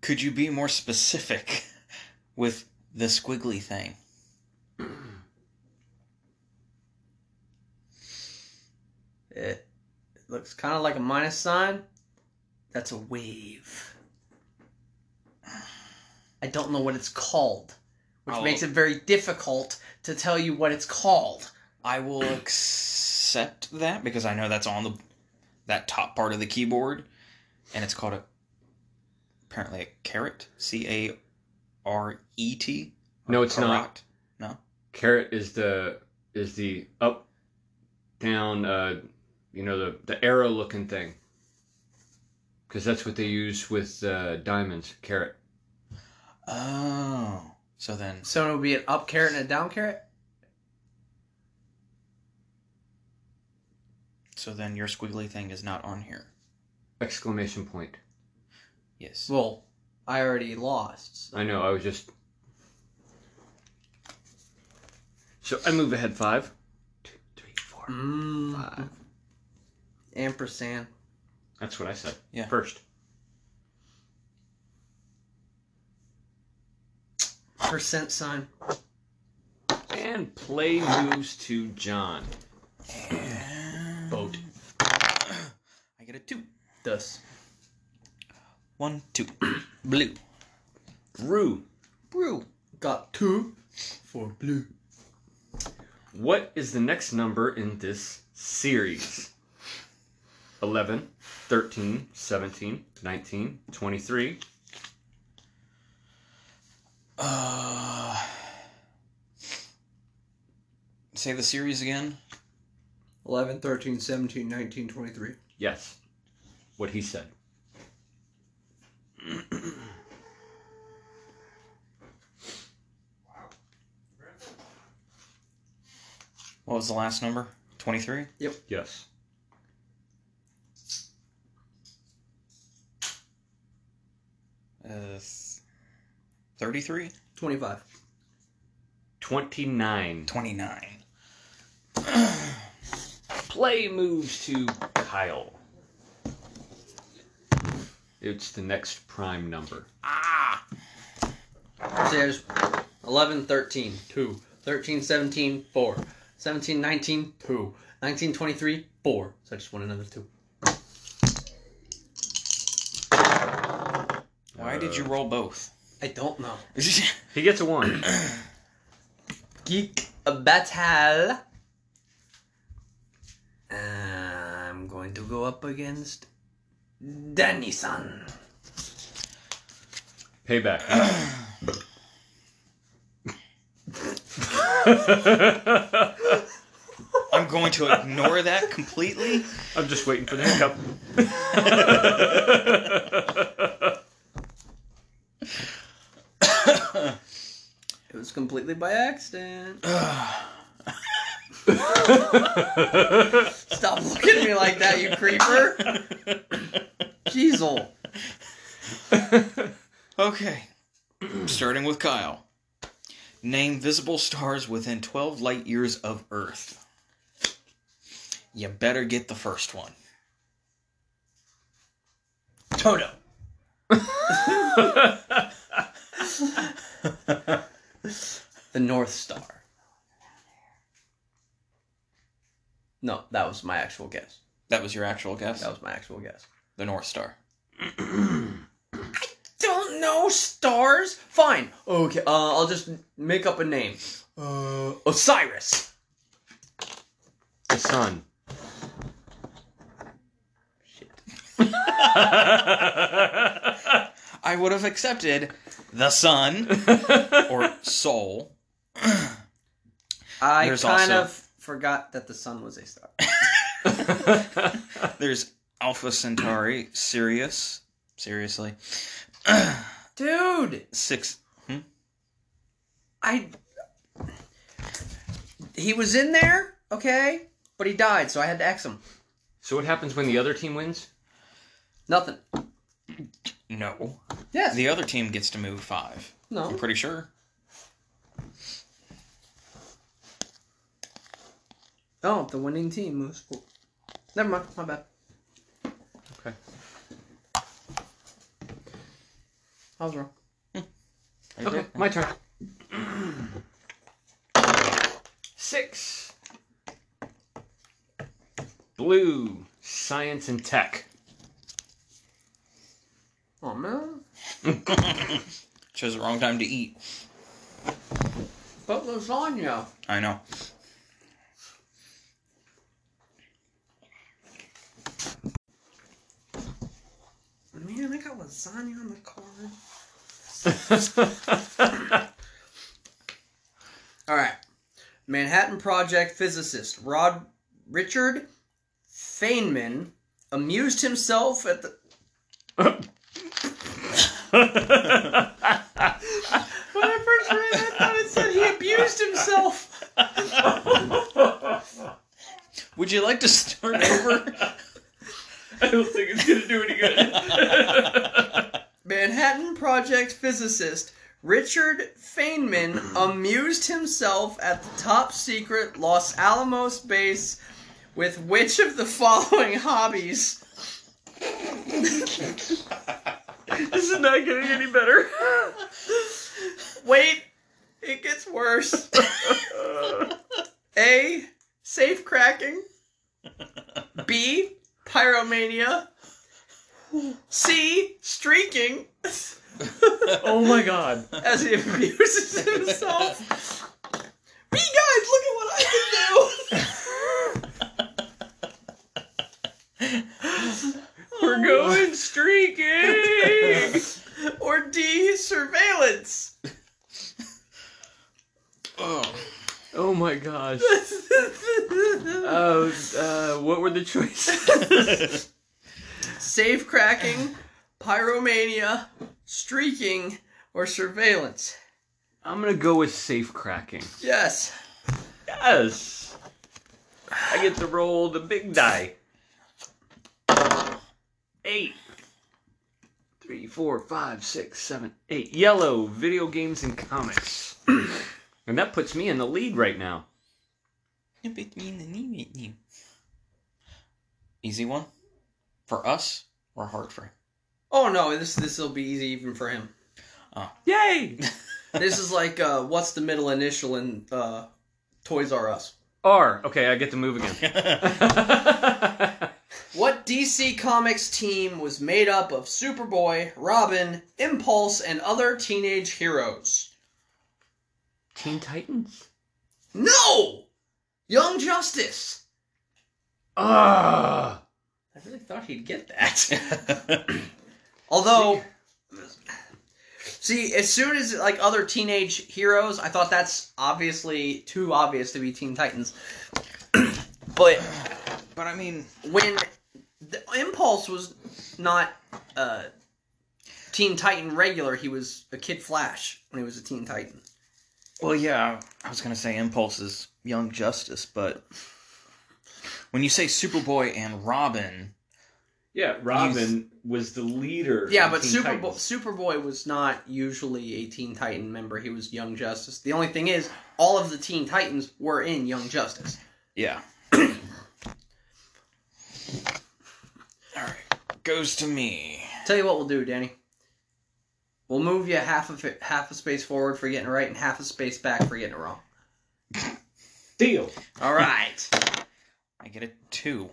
[SPEAKER 1] Could you be more specific with the squiggly thing?
[SPEAKER 2] It looks kind of like a minus sign. That's a wave. I don't know what it's called, which
[SPEAKER 1] I'll-
[SPEAKER 2] makes it very difficult to tell you what it's called.
[SPEAKER 1] I will accept that because I know that's on the that top part of the keyboard, and it's called a apparently a carrot. C A R E T.
[SPEAKER 3] no, it's not.
[SPEAKER 1] Correct.
[SPEAKER 3] Carrot is the is the up, down. Uh, you know the the arrow looking thing. Because that's what they use with uh, diamonds. Carrot.
[SPEAKER 1] Oh, so then
[SPEAKER 2] So it would be an up carrot and a down carrot?
[SPEAKER 1] so then your squiggly thing is not on here.
[SPEAKER 3] Exclamation point.
[SPEAKER 1] Yes.
[SPEAKER 2] Well, I already lost. so-
[SPEAKER 3] I know. I was just. So I move ahead five. Two, three, four,
[SPEAKER 2] Mm,
[SPEAKER 3] five.
[SPEAKER 2] ampersand.
[SPEAKER 3] That's what I said.
[SPEAKER 1] Yeah.
[SPEAKER 3] First.
[SPEAKER 2] Percent sign.
[SPEAKER 3] And play moves to John.
[SPEAKER 2] Boat.
[SPEAKER 1] I get a two.
[SPEAKER 2] Thus.
[SPEAKER 1] One, two. Blue.
[SPEAKER 3] Rue,
[SPEAKER 2] Brew. Got two for blue.
[SPEAKER 3] what is the next number in this series? 11, 13, 17, 19, 23.
[SPEAKER 1] Uh, say the series again.
[SPEAKER 2] 11, 13, 17, 19, 23.
[SPEAKER 3] Yes. What he said.
[SPEAKER 1] What was the last number? Twenty three.
[SPEAKER 3] Yes.
[SPEAKER 1] Uh, thirty three.
[SPEAKER 2] 25.
[SPEAKER 3] 29.
[SPEAKER 1] 29.
[SPEAKER 3] Play moves to Kyle. It's the next prime number.
[SPEAKER 1] Ah!
[SPEAKER 2] See, I just 11, 13, 2, 13, 17, 4, 17, 19, 2. 19, 23, 4. So I just won another 2.
[SPEAKER 1] Why did you roll both?
[SPEAKER 2] I don't know.
[SPEAKER 3] He gets a one.
[SPEAKER 2] Geek Battle. I'm going to go up against Danny-san.
[SPEAKER 3] Payback.
[SPEAKER 1] I'm going to ignore that completely.
[SPEAKER 3] I'm just waiting for the hiccup.
[SPEAKER 2] It was completely by accident. Stop looking at me like that, you creeper. Jeezel.
[SPEAKER 1] Okay. Starting with Kyle. Name visible stars within 12 light years of Earth. You better get the first one.
[SPEAKER 2] Toto. the North Star. No, that was my actual guess.
[SPEAKER 1] That was your actual guess?
[SPEAKER 2] That was my actual guess.
[SPEAKER 1] The North Star.
[SPEAKER 2] Don't know stars? Fine. Okay, uh, I'll just make up a name. Uh, Osiris.
[SPEAKER 3] the sun.
[SPEAKER 2] Shit.
[SPEAKER 1] I would have accepted the sun or soul.
[SPEAKER 2] I
[SPEAKER 1] There's
[SPEAKER 2] kind
[SPEAKER 1] also-
[SPEAKER 2] of forgot that the sun was a star.
[SPEAKER 1] There's Alpha Centauri, Sirius. Seriously.
[SPEAKER 2] Dude,
[SPEAKER 1] Six.
[SPEAKER 2] I. He was in there, okay, but he died, so I had to X him.
[SPEAKER 3] so what happens when the other team wins?
[SPEAKER 2] Nothing.
[SPEAKER 1] No.
[SPEAKER 2] Yes.
[SPEAKER 1] The other team gets to move five. I'm
[SPEAKER 2] no.
[SPEAKER 1] pretty sure.
[SPEAKER 2] Oh, the winning team moves. Cool. Never mind. My bad.
[SPEAKER 3] Okay.
[SPEAKER 2] I was wrong.
[SPEAKER 3] Okay, my turn. Six. Blue, science and tech.
[SPEAKER 2] Oh man.
[SPEAKER 1] Chose the wrong time to eat.
[SPEAKER 2] But lasagna.
[SPEAKER 1] I know.
[SPEAKER 2] Man, I got lasagna on the card. All right. Manhattan Project physicist Rod Richard Feynman amused himself at the. When I first read that, I thought it said he abused himself.
[SPEAKER 1] Would you like to start over?
[SPEAKER 3] I don't think it's gonna do any good.
[SPEAKER 2] Manhattan Project physicist Richard Feynman amused himself at the top secret Los Alamos base with which of the following hobbies?
[SPEAKER 3] this is not getting any better.
[SPEAKER 2] Wait, it gets worse. A. Safe cracking. B. Pyromania. C. Streaking
[SPEAKER 3] oh my god.
[SPEAKER 2] as he abuses himself. B. Guys, look at what I can do!
[SPEAKER 3] We're going streaking.
[SPEAKER 2] or D. Surveillance.
[SPEAKER 1] oh.
[SPEAKER 3] oh my gosh. Uh, uh, what were the choices?
[SPEAKER 2] Safe cracking, pyromania, streaking, or surveillance.
[SPEAKER 3] I'm gonna go with safe cracking.
[SPEAKER 2] Yes.
[SPEAKER 3] Yes. I get to roll the big die. Eight. Three, four, five, six, seven, eight. Yellow, video games and comics. and that puts me in the lead right now.
[SPEAKER 1] Easy one? For us or hard for him?
[SPEAKER 2] Oh no, this this will be easy even for him.
[SPEAKER 3] Yay!
[SPEAKER 2] This is like uh, what's the middle initial in uh, Toys R Us?
[SPEAKER 3] R. Okay, I get to move again.
[SPEAKER 5] What?
[SPEAKER 2] DC Comics team was made up of Superboy, Robin, Impulse, and other teenage heroes.
[SPEAKER 3] Teen Titans.
[SPEAKER 2] No! Young Justice.
[SPEAKER 3] Ah.
[SPEAKER 2] I really thought he'd get that.
[SPEAKER 1] That's
[SPEAKER 2] Although, see, as soon as like other teenage heroes, I thought that's obviously too obvious to be Teen Titans. but
[SPEAKER 1] but I mean,
[SPEAKER 2] when the Impulse was not uh, Teen Titan regular, he was a Kid Flash when he was a Teen Titan.
[SPEAKER 1] well, yeah, I was gonna say Impulse is Young Justice, but when you say Superboy and Robin,
[SPEAKER 3] Yeah, Robin was the leader.
[SPEAKER 2] Yeah,
[SPEAKER 3] of
[SPEAKER 2] but
[SPEAKER 3] Teen
[SPEAKER 2] Superboy,
[SPEAKER 3] Titans.
[SPEAKER 2] Superboy was not usually a Teen Titan member. He was Young Justice. The only thing is, all of the Teen Titans were in Young Justice.
[SPEAKER 1] yeah. All right, goes to me.
[SPEAKER 2] Tell you what we'll do, Danny. We'll move you half of it, half a space forward for getting it right, and half a space back for getting it wrong.
[SPEAKER 3] Deal.
[SPEAKER 2] All right.
[SPEAKER 1] I get a two.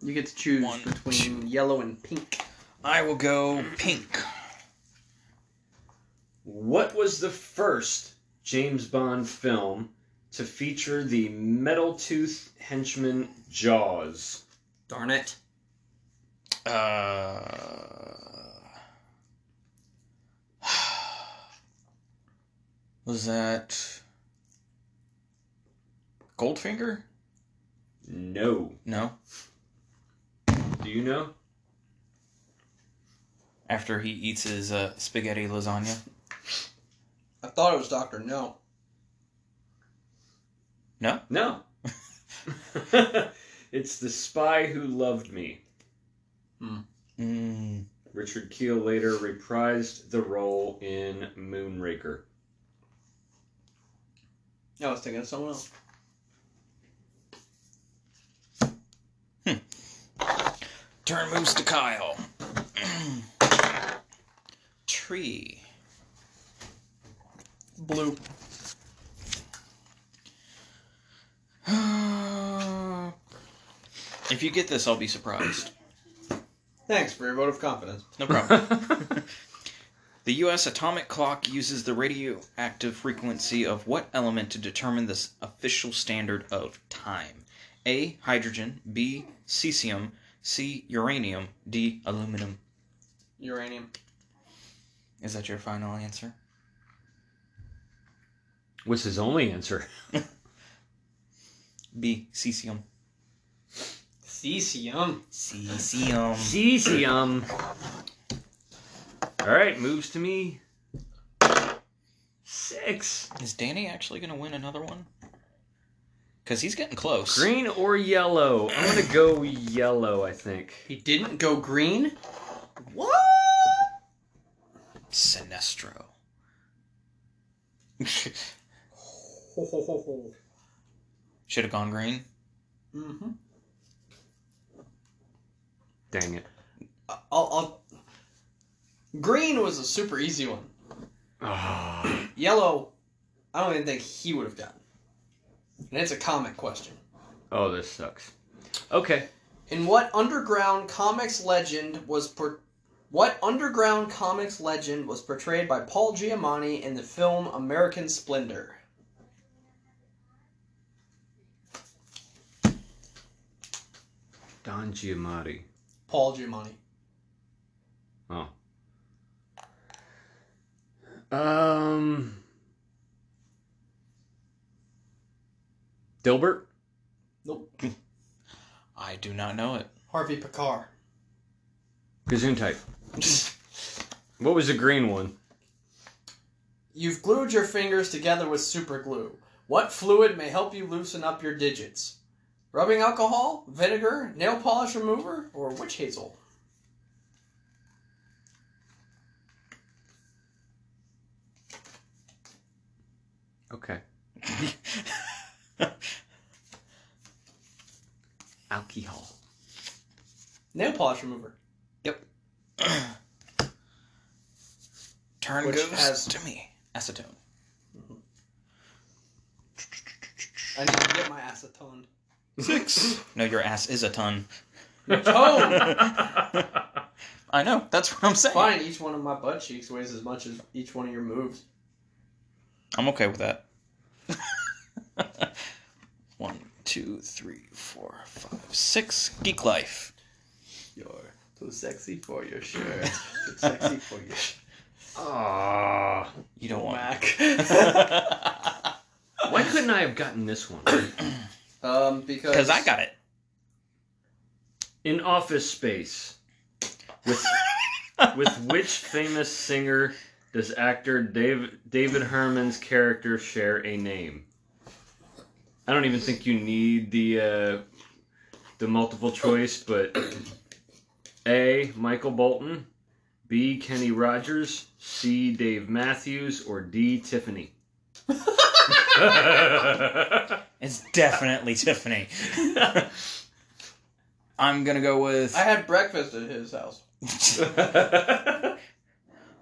[SPEAKER 2] you get to choose
[SPEAKER 1] One,
[SPEAKER 2] between yellow and pink.
[SPEAKER 1] I will go pink.
[SPEAKER 3] What was the first James Bond film to feature the metal tooth henchman Jaws?
[SPEAKER 2] Darn it.
[SPEAKER 1] Uh, was that Goldfinger?
[SPEAKER 3] No.
[SPEAKER 1] No.
[SPEAKER 3] Do you know?
[SPEAKER 1] After he eats his uh, spaghetti lasagna.
[SPEAKER 2] I thought it was Doctor No.
[SPEAKER 3] No. it's The Spy Who Loved Me.
[SPEAKER 1] Mm,
[SPEAKER 3] Richard Keel later reprised the role in Moonraker.
[SPEAKER 2] No, I was thinking of someone else.
[SPEAKER 1] turn moves to Kyle. Tree.
[SPEAKER 2] Blue.
[SPEAKER 1] if you get this, I'll be surprised.
[SPEAKER 2] Thanks for your vote of confidence.
[SPEAKER 1] No problem. The U.S. atomic clock uses the radioactive frequency of what element to determine this official standard of time? A. Hydrogen. B. Cesium. C. Uranium. D. Aluminum.
[SPEAKER 2] Uranium.
[SPEAKER 1] Is that your final answer?
[SPEAKER 3] What's his only answer?
[SPEAKER 1] B. Cesium.
[SPEAKER 2] Cesium.
[SPEAKER 1] Cesium.
[SPEAKER 3] Cesium. um. All right, moves to me. Six.
[SPEAKER 1] Is Danny actually going to win another one? Because he's getting close.
[SPEAKER 3] Green or yellow? I'm gonna go yellow. I think.
[SPEAKER 2] He didn't go green. What?
[SPEAKER 1] Sinestro. Should have gone green.
[SPEAKER 2] Mm-hmm.
[SPEAKER 3] Dang it.
[SPEAKER 2] Uh, I'll, I'll... Green was a super easy one.
[SPEAKER 3] Ah.
[SPEAKER 2] Yellow, I don't even think he would have gotten. And it's a comic question.
[SPEAKER 3] Oh, this sucks. Okay.
[SPEAKER 2] In what underground comics legend was por- what underground comics legend was portrayed by Paul Giamatti in the film American Splendor?
[SPEAKER 3] Don Giamatti. Oh.
[SPEAKER 2] Paul Giamatti.
[SPEAKER 3] Um. Dilbert.
[SPEAKER 1] I do not know it.
[SPEAKER 2] Harvey Picard.
[SPEAKER 3] Gesundheit. What was the green one?
[SPEAKER 2] You've glued your fingers together with super glue. What fluid may help you loosen up your digits? Rubbing alcohol, vinegar, nail polish remover, or witch hazel?
[SPEAKER 3] Okay. Alcohol.
[SPEAKER 2] Nail polish remover.
[SPEAKER 1] Turn
[SPEAKER 2] Which
[SPEAKER 1] goes
[SPEAKER 2] has-
[SPEAKER 1] to me. Acetone.
[SPEAKER 2] I need to get my ass a toned.
[SPEAKER 1] Six. no, your ass is a ton. I know. That's what I'm saying.
[SPEAKER 2] Fine, each one of my butt cheeks weighs as much as each one of your moves.
[SPEAKER 1] I'm okay with that. One, two, three, four, five, six. Geek life.
[SPEAKER 2] You're too sexy for your shirt. too sexy for your sh-
[SPEAKER 3] Ah,
[SPEAKER 1] You don't want.
[SPEAKER 2] Mac.
[SPEAKER 3] why couldn't I have gotten this one?
[SPEAKER 2] um, because
[SPEAKER 1] Because I got it.
[SPEAKER 3] In Office Space, with with which famous singer does actor Dave, David Herman's character share a name? I don't even think you need the uh, the multiple choice, but A. Michael Bolton, B. Kenny Rogers, C. Dave Matthews, or D. Tiffany.
[SPEAKER 1] It's definitely Tiffany. I'm gonna go with.
[SPEAKER 2] I had breakfast at his house.
[SPEAKER 1] I'm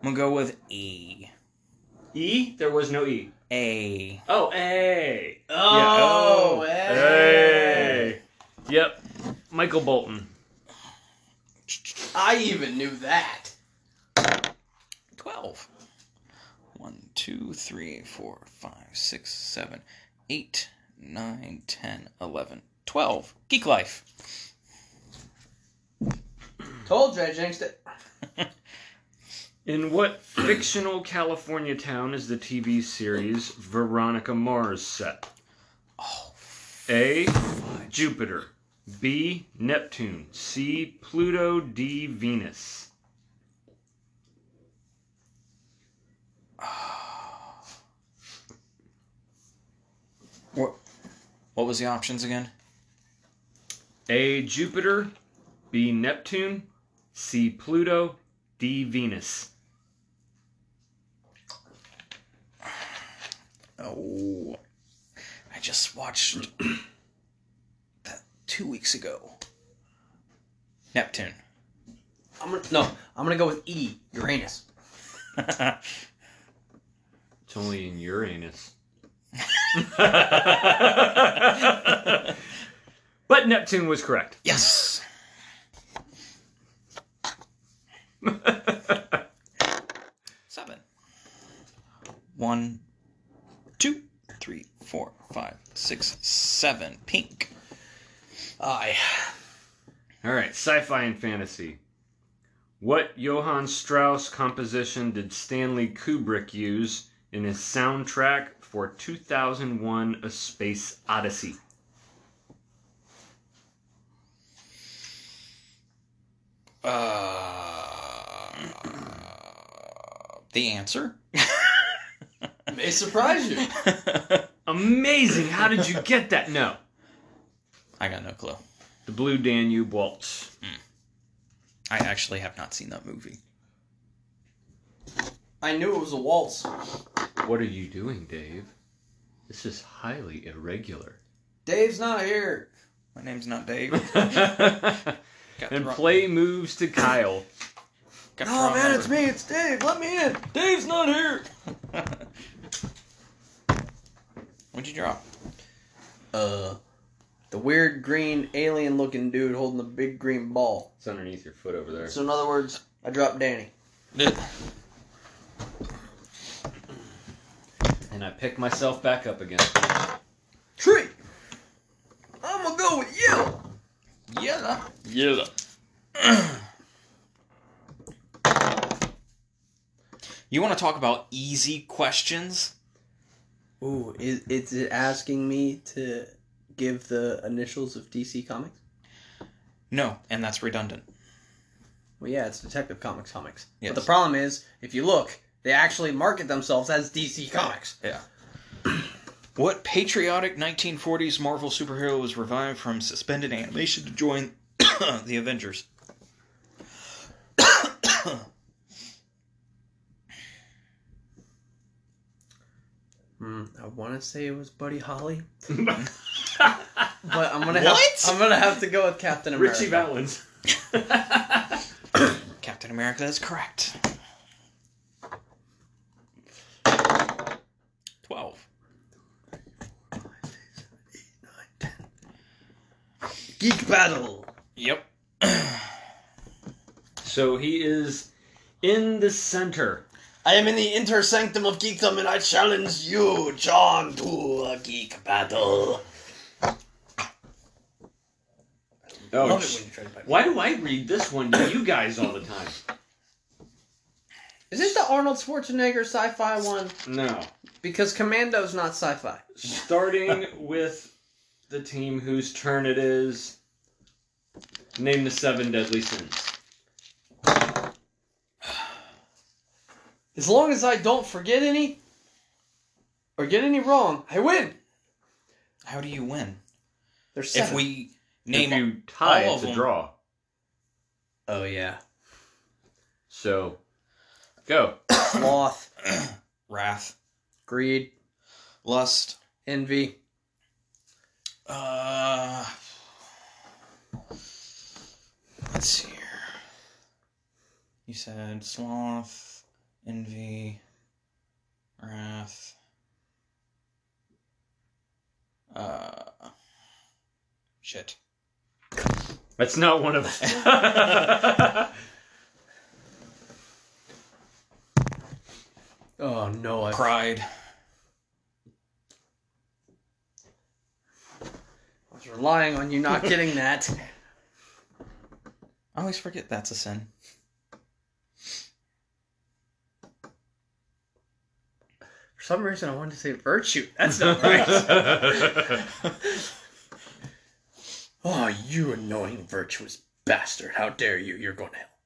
[SPEAKER 1] gonna go with E.
[SPEAKER 3] e? There was no E.
[SPEAKER 1] A.
[SPEAKER 3] Oh, A.
[SPEAKER 2] Oh,
[SPEAKER 3] Hey. Yep. Michael Bolton.
[SPEAKER 2] I even knew that.
[SPEAKER 1] Twelve. One, two, three, four, five, six, seven, eight, nine, ten, eleven, twelve. Geek life.
[SPEAKER 2] Told you I jinxed it.
[SPEAKER 3] In what fictional California town is the TV series Veronica Mars set? A. Jupiter. B. Neptune. C. Pluto. D. Venus.
[SPEAKER 1] What? What was the options again?
[SPEAKER 3] A. Jupiter. B. Neptune. C. Pluto. D. Venus.
[SPEAKER 1] Oh, I just watched that two weeks ago. Neptune.
[SPEAKER 2] I'm gonna, no, I'm gonna go with E. Uranus.
[SPEAKER 3] It's only in Uranus. but Neptune was correct.
[SPEAKER 1] yes. Seven. One, two, three, four, five, six, seven. Pink.
[SPEAKER 2] I.
[SPEAKER 3] All right, sci-fi and fantasy. What Johann Strauss composition did Stanley Kubrick use in his soundtrack for 2001: A Space Odyssey?
[SPEAKER 1] Uh, the answer.
[SPEAKER 2] May surprise you.
[SPEAKER 3] Amazing! How did you get that? No,
[SPEAKER 1] I got no clue.
[SPEAKER 3] the Blue Danube Waltz.
[SPEAKER 1] I actually have not seen that movie.
[SPEAKER 2] I knew it was a waltz.
[SPEAKER 3] What are you doing, Dave? This is highly irregular.
[SPEAKER 2] Dave's not here.
[SPEAKER 1] My name's not Dave. Got the
[SPEAKER 3] and
[SPEAKER 1] wrong-
[SPEAKER 3] play moves to Kyle.
[SPEAKER 1] got the
[SPEAKER 2] Oh
[SPEAKER 1] wrong
[SPEAKER 2] man,
[SPEAKER 1] number.
[SPEAKER 2] it's me. It's Dave. Let me in. Dave's not here.
[SPEAKER 1] What'd you drop?
[SPEAKER 2] Uh, the weird green alien-looking dude holding the big green ball.
[SPEAKER 3] It's underneath your foot over there.
[SPEAKER 2] So in other words, I dropped Danny.
[SPEAKER 3] And I pick myself back up again.
[SPEAKER 2] Tree. I'm gonna go with you.
[SPEAKER 1] Yeah.
[SPEAKER 3] Yeah.
[SPEAKER 1] You want to talk about easy questions?
[SPEAKER 2] Ooh, is it's asking me to give the initials of DC Comics?
[SPEAKER 1] No, and that's redundant.
[SPEAKER 2] Well, yeah, it's Detective Comics comics.
[SPEAKER 1] Yes.
[SPEAKER 2] But the problem is, if you look, they actually market themselves as DC Comics.
[SPEAKER 1] Yeah. what patriotic 1940s Marvel superhero was revived from suspended animation to join the Avengers?
[SPEAKER 2] Hmm, I want to say it was Buddy Holly, but I'm gonna
[SPEAKER 1] What?
[SPEAKER 2] have I'm gonna have to go with Captain America.
[SPEAKER 3] Richie Valens.
[SPEAKER 1] Captain America is correct. 12.
[SPEAKER 2] Geek Battle.
[SPEAKER 1] Yep.
[SPEAKER 3] So he is in the center.
[SPEAKER 4] I am in the inter sanctum of geekdom, and I challenge you, John, to a geek battle.
[SPEAKER 3] Oh,
[SPEAKER 4] Love it when you try to bite me.
[SPEAKER 3] why do I read this one to you guys all the time?
[SPEAKER 2] Is this the Arnold Schwarzenegger sci-fi one?
[SPEAKER 3] No.
[SPEAKER 2] Because Commando's not sci-fi.
[SPEAKER 3] Starting with the team whose turn it is. Name the seven deadly sins.
[SPEAKER 2] As long as I don't forget any or get any wrong, I win.
[SPEAKER 1] How do you win?
[SPEAKER 2] There's
[SPEAKER 1] If
[SPEAKER 2] seven.
[SPEAKER 1] we name
[SPEAKER 3] if you tie,
[SPEAKER 1] all
[SPEAKER 3] it's
[SPEAKER 1] of
[SPEAKER 3] a
[SPEAKER 1] them.
[SPEAKER 3] draw.
[SPEAKER 2] oh yeah,
[SPEAKER 3] So, go.
[SPEAKER 2] sloth,
[SPEAKER 1] wrath,
[SPEAKER 2] greed,
[SPEAKER 1] lust,
[SPEAKER 2] envy,
[SPEAKER 1] uh, let's see here. You said sloth, envy, wrath, uh, shit.
[SPEAKER 3] That's not one of them.
[SPEAKER 2] Oh no, I
[SPEAKER 1] Pride.
[SPEAKER 2] was relying on you not getting that.
[SPEAKER 1] I always forget that's a sin.
[SPEAKER 2] For some reason, I wanted to say virtue. That's not right. oh, you annoying virtuous bastard! How dare you? You're going to hell.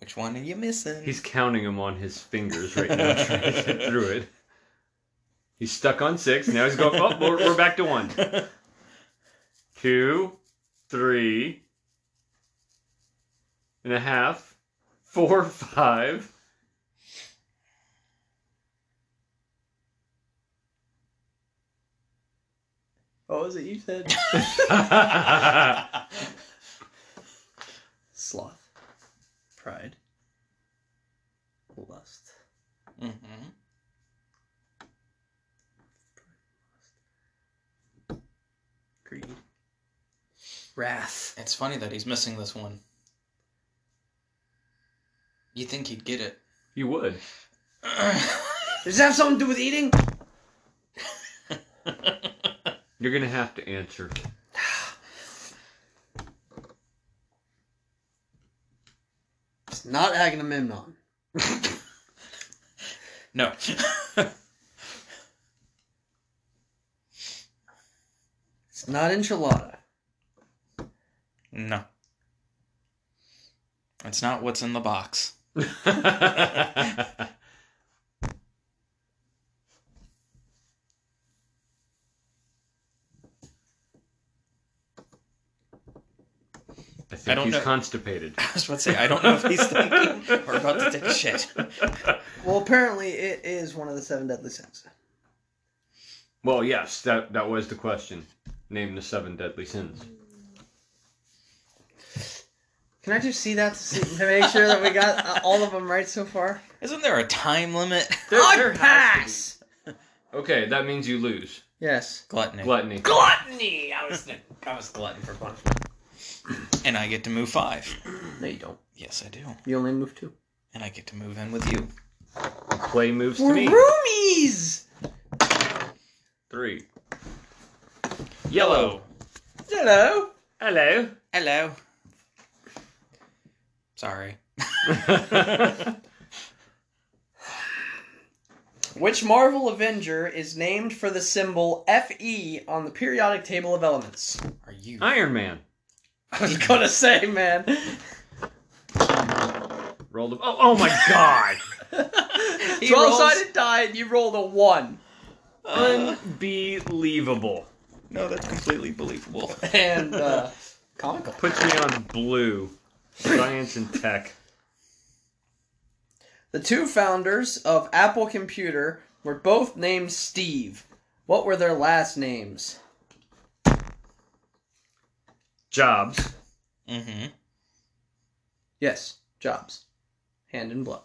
[SPEAKER 1] Which one are you missing?
[SPEAKER 3] He's counting them on his fingers right now, trying to get through it. He's stuck on six. Now he's going, oh, we're, we're back to one. Two, three, and a half, four, five.
[SPEAKER 2] What was it you said? Sloth, pride, lust.
[SPEAKER 1] Mhm.
[SPEAKER 2] greed, wrath.
[SPEAKER 1] It's funny that he's missing this one. You think he'd get it?
[SPEAKER 3] you would.
[SPEAKER 2] Does that have something to do with eating?
[SPEAKER 3] You're going to have to answer.
[SPEAKER 2] It's not Agamemnon.
[SPEAKER 1] no.
[SPEAKER 2] It's not enchilada.
[SPEAKER 1] no. It's not what's in the box.
[SPEAKER 3] I think
[SPEAKER 1] I don't
[SPEAKER 3] he's
[SPEAKER 1] know.
[SPEAKER 3] constipated.
[SPEAKER 1] I was about to say, I don't know if he's thinking or about to take a shit.
[SPEAKER 2] Well, apparently it is one of the seven deadly sins.
[SPEAKER 3] Well, yes, that that was the question. Name the seven deadly sins.
[SPEAKER 2] Can I just see that to, see, to make sure that we got uh, all of them right so far?
[SPEAKER 1] Isn't there a time limit?
[SPEAKER 3] There-
[SPEAKER 2] I
[SPEAKER 3] there has to be.
[SPEAKER 2] pass.
[SPEAKER 3] Okay, that means you lose.
[SPEAKER 2] Yes.
[SPEAKER 1] Gluttony.
[SPEAKER 3] Gluttony.
[SPEAKER 2] Gluttony. I was I was glutton for punishment.
[SPEAKER 1] and I get to move five.
[SPEAKER 2] No, you don't.
[SPEAKER 1] Yes, I do.
[SPEAKER 2] You only move two.
[SPEAKER 1] And I get to move in with you.
[SPEAKER 3] Clay moves to
[SPEAKER 2] We're
[SPEAKER 3] me.
[SPEAKER 2] roomies.
[SPEAKER 3] Three. Yellow.
[SPEAKER 2] Hello.
[SPEAKER 3] Hello.
[SPEAKER 1] Hello. Sorry.
[SPEAKER 2] Which Marvel Avenger is named for the symbol Fe on the periodic table of elements?
[SPEAKER 1] Are you?
[SPEAKER 3] Iron Man.
[SPEAKER 2] I was gonna say, man.
[SPEAKER 3] Rolled. A, oh, oh my God.
[SPEAKER 1] He
[SPEAKER 2] Twelve
[SPEAKER 1] rolls-
[SPEAKER 2] sided die and you rolled a one.
[SPEAKER 3] Unbelievable.
[SPEAKER 1] No, that's completely believable.
[SPEAKER 2] And uh comical.
[SPEAKER 3] Puts me on blue. Science and tech.
[SPEAKER 2] The two founders of Apple Computer were both named Steve. What were their last names?
[SPEAKER 3] Jobs.
[SPEAKER 1] Mm-hmm.
[SPEAKER 2] Yes, Jobs. Hand in blood.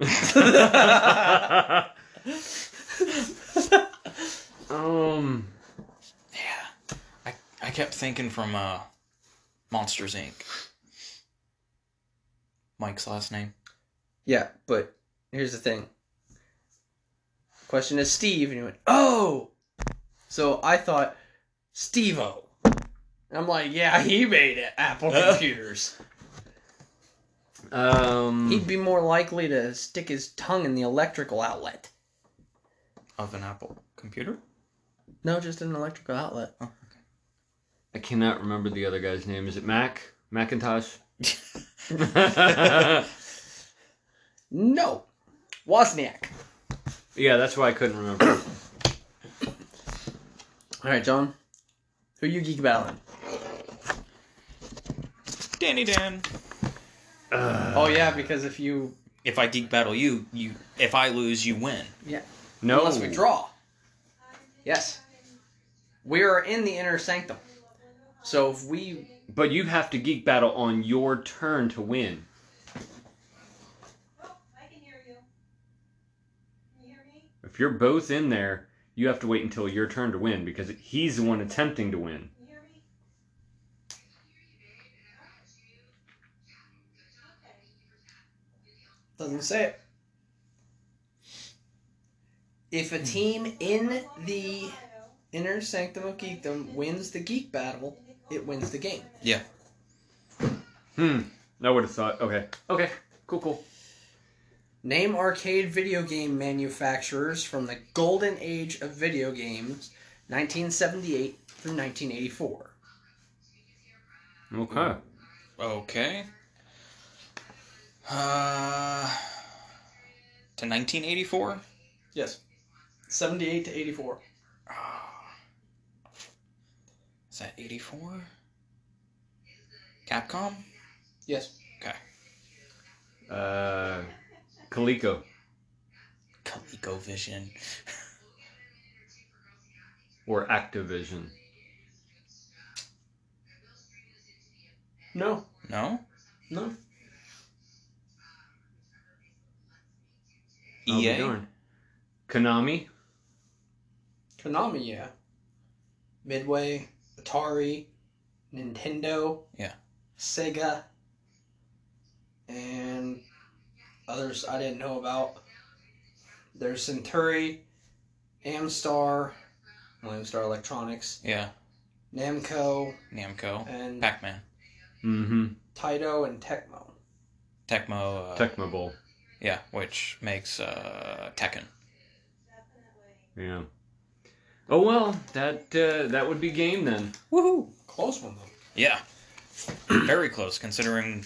[SPEAKER 3] That's Um,
[SPEAKER 1] Yeah. I, I kept thinking from uh, Monsters, Inc. Mike's last name.
[SPEAKER 2] Yeah, but here's the thing. Question is Steve, and he went, Oh! So I thought, Steve O. I'm like, Yeah, he made it, Apple Computers.
[SPEAKER 3] um,
[SPEAKER 2] He'd be more likely to stick his tongue in the electrical outlet.
[SPEAKER 1] Of an Apple computer?
[SPEAKER 2] No, just an electrical outlet.
[SPEAKER 1] Oh,
[SPEAKER 3] I cannot remember the other guy's name. Is it Mac? Macintosh?
[SPEAKER 2] No! Wozniak.
[SPEAKER 3] yeah, that's why I couldn't remember.
[SPEAKER 2] Alright, John. Who you geek battling?
[SPEAKER 1] Danny Dan.
[SPEAKER 2] oh, yeah, because if you.
[SPEAKER 1] If I geek battle you, you if I lose, you win.
[SPEAKER 2] Yeah.
[SPEAKER 3] No.
[SPEAKER 2] Unless we draw. Yes. We are in the inner sanctum. So if we
[SPEAKER 3] But you have to geek battle on your turn to win.
[SPEAKER 6] I can hear you. Can you hear me?
[SPEAKER 3] If you're both in there, you have to wait until your turn to win because he's the one attempting to win.
[SPEAKER 6] Can you hear me? Okay.
[SPEAKER 2] doesn't say it. If a team in the inner sanctum of geekdom wins the geek battle, it wins the game.
[SPEAKER 1] Yeah.
[SPEAKER 3] Hmm. I would have thought. Okay. Okay. Cool. Cool.
[SPEAKER 2] Name arcade video game manufacturers from the golden age of video games, 1978 through 1984.
[SPEAKER 3] Okay.
[SPEAKER 1] Okay. Uh, to 1984?
[SPEAKER 2] Yes. 78 to 84.
[SPEAKER 1] Ah. Is that 84? Capcom?
[SPEAKER 2] Yes.
[SPEAKER 3] Uh, Coleco.
[SPEAKER 1] ColecoVision.
[SPEAKER 3] or Activision.
[SPEAKER 2] No.
[SPEAKER 1] No?
[SPEAKER 2] No.
[SPEAKER 3] I'll be
[SPEAKER 1] EA?
[SPEAKER 3] darned. Konami.
[SPEAKER 2] Konami, yeah. Midway, Atari, Nintendo,
[SPEAKER 1] Yeah.
[SPEAKER 2] Sega, and others I didn't know about. There's Centuri, Amstar, Amstar Electronics,
[SPEAKER 1] yeah.
[SPEAKER 2] Namco,
[SPEAKER 1] Namco.
[SPEAKER 2] and
[SPEAKER 1] Pac Man.
[SPEAKER 3] Mm-hmm.
[SPEAKER 2] Taito and Tecmo.
[SPEAKER 1] Tecmo. Uh,
[SPEAKER 3] Tecmo Bowl.
[SPEAKER 1] yeah, which makes uh, Tekken.
[SPEAKER 3] Yeah. Oh well, that uh, that would be game then.
[SPEAKER 2] Woohoo! Close one though.
[SPEAKER 1] Yeah. Very close, considering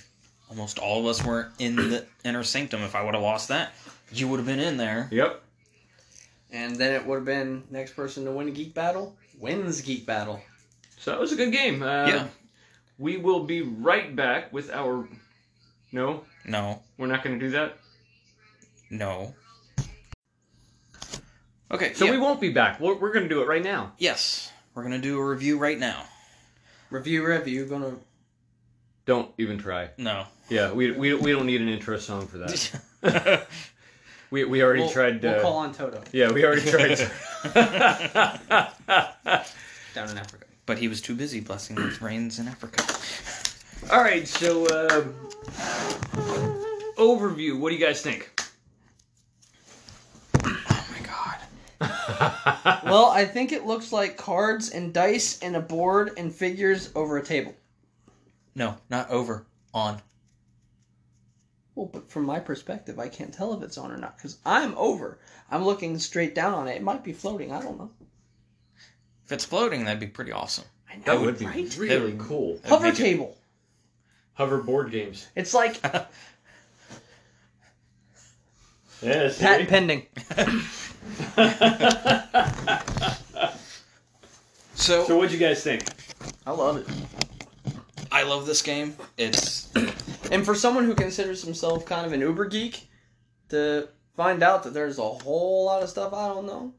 [SPEAKER 1] almost all of us were in the inner sanctum. If I would have lost that, you would have been in there.
[SPEAKER 3] Yep.
[SPEAKER 2] And then it would have been next person to win a geek battle wins geek battle.
[SPEAKER 3] So that was a good game. Uh,
[SPEAKER 1] Yeah.
[SPEAKER 3] We will be right back with our. No,
[SPEAKER 1] No,
[SPEAKER 3] we're not going to do that.
[SPEAKER 1] no. Okay,
[SPEAKER 3] So
[SPEAKER 1] yeah.
[SPEAKER 3] we won't be back. We're, we're going to do it right now.
[SPEAKER 1] Yes, we're gonna do a review right now.
[SPEAKER 2] Review review gonna
[SPEAKER 3] Don't even try.
[SPEAKER 1] No.
[SPEAKER 3] Yeah, we, we, we don't need an intro song for that. We, we already
[SPEAKER 2] we'll,
[SPEAKER 3] tried.
[SPEAKER 2] we'll
[SPEAKER 3] uh,
[SPEAKER 2] call on Toto
[SPEAKER 3] Yeah, we already tried.
[SPEAKER 2] down in Africa.
[SPEAKER 1] but he was too busy blessing with rains in Africa.
[SPEAKER 3] All right, so uh, overview. What do you guys think?
[SPEAKER 1] Oh my god.
[SPEAKER 2] Well, I think it looks like cards and dice and a board and figures over a table.
[SPEAKER 1] No, not over. On.
[SPEAKER 2] Well, but from my perspective, I can't tell if it's on or not because I'm over. I'm looking straight down on it. It might be floating. I don't know.
[SPEAKER 1] If it's floating, that'd be pretty awesome.
[SPEAKER 2] I know,
[SPEAKER 3] That would be
[SPEAKER 2] right?
[SPEAKER 3] really cool.
[SPEAKER 1] That'd
[SPEAKER 2] Hover
[SPEAKER 1] make it-
[SPEAKER 2] table.
[SPEAKER 3] Hoverboard games.
[SPEAKER 2] It's like
[SPEAKER 3] Yes.
[SPEAKER 2] patent pending.
[SPEAKER 1] So,
[SPEAKER 3] so what'd you guys think?
[SPEAKER 2] I love it.
[SPEAKER 1] I love this game. It's
[SPEAKER 2] And for someone who considers himself kind of an uber geek, to find out that there's a whole lot of stuff I don't know,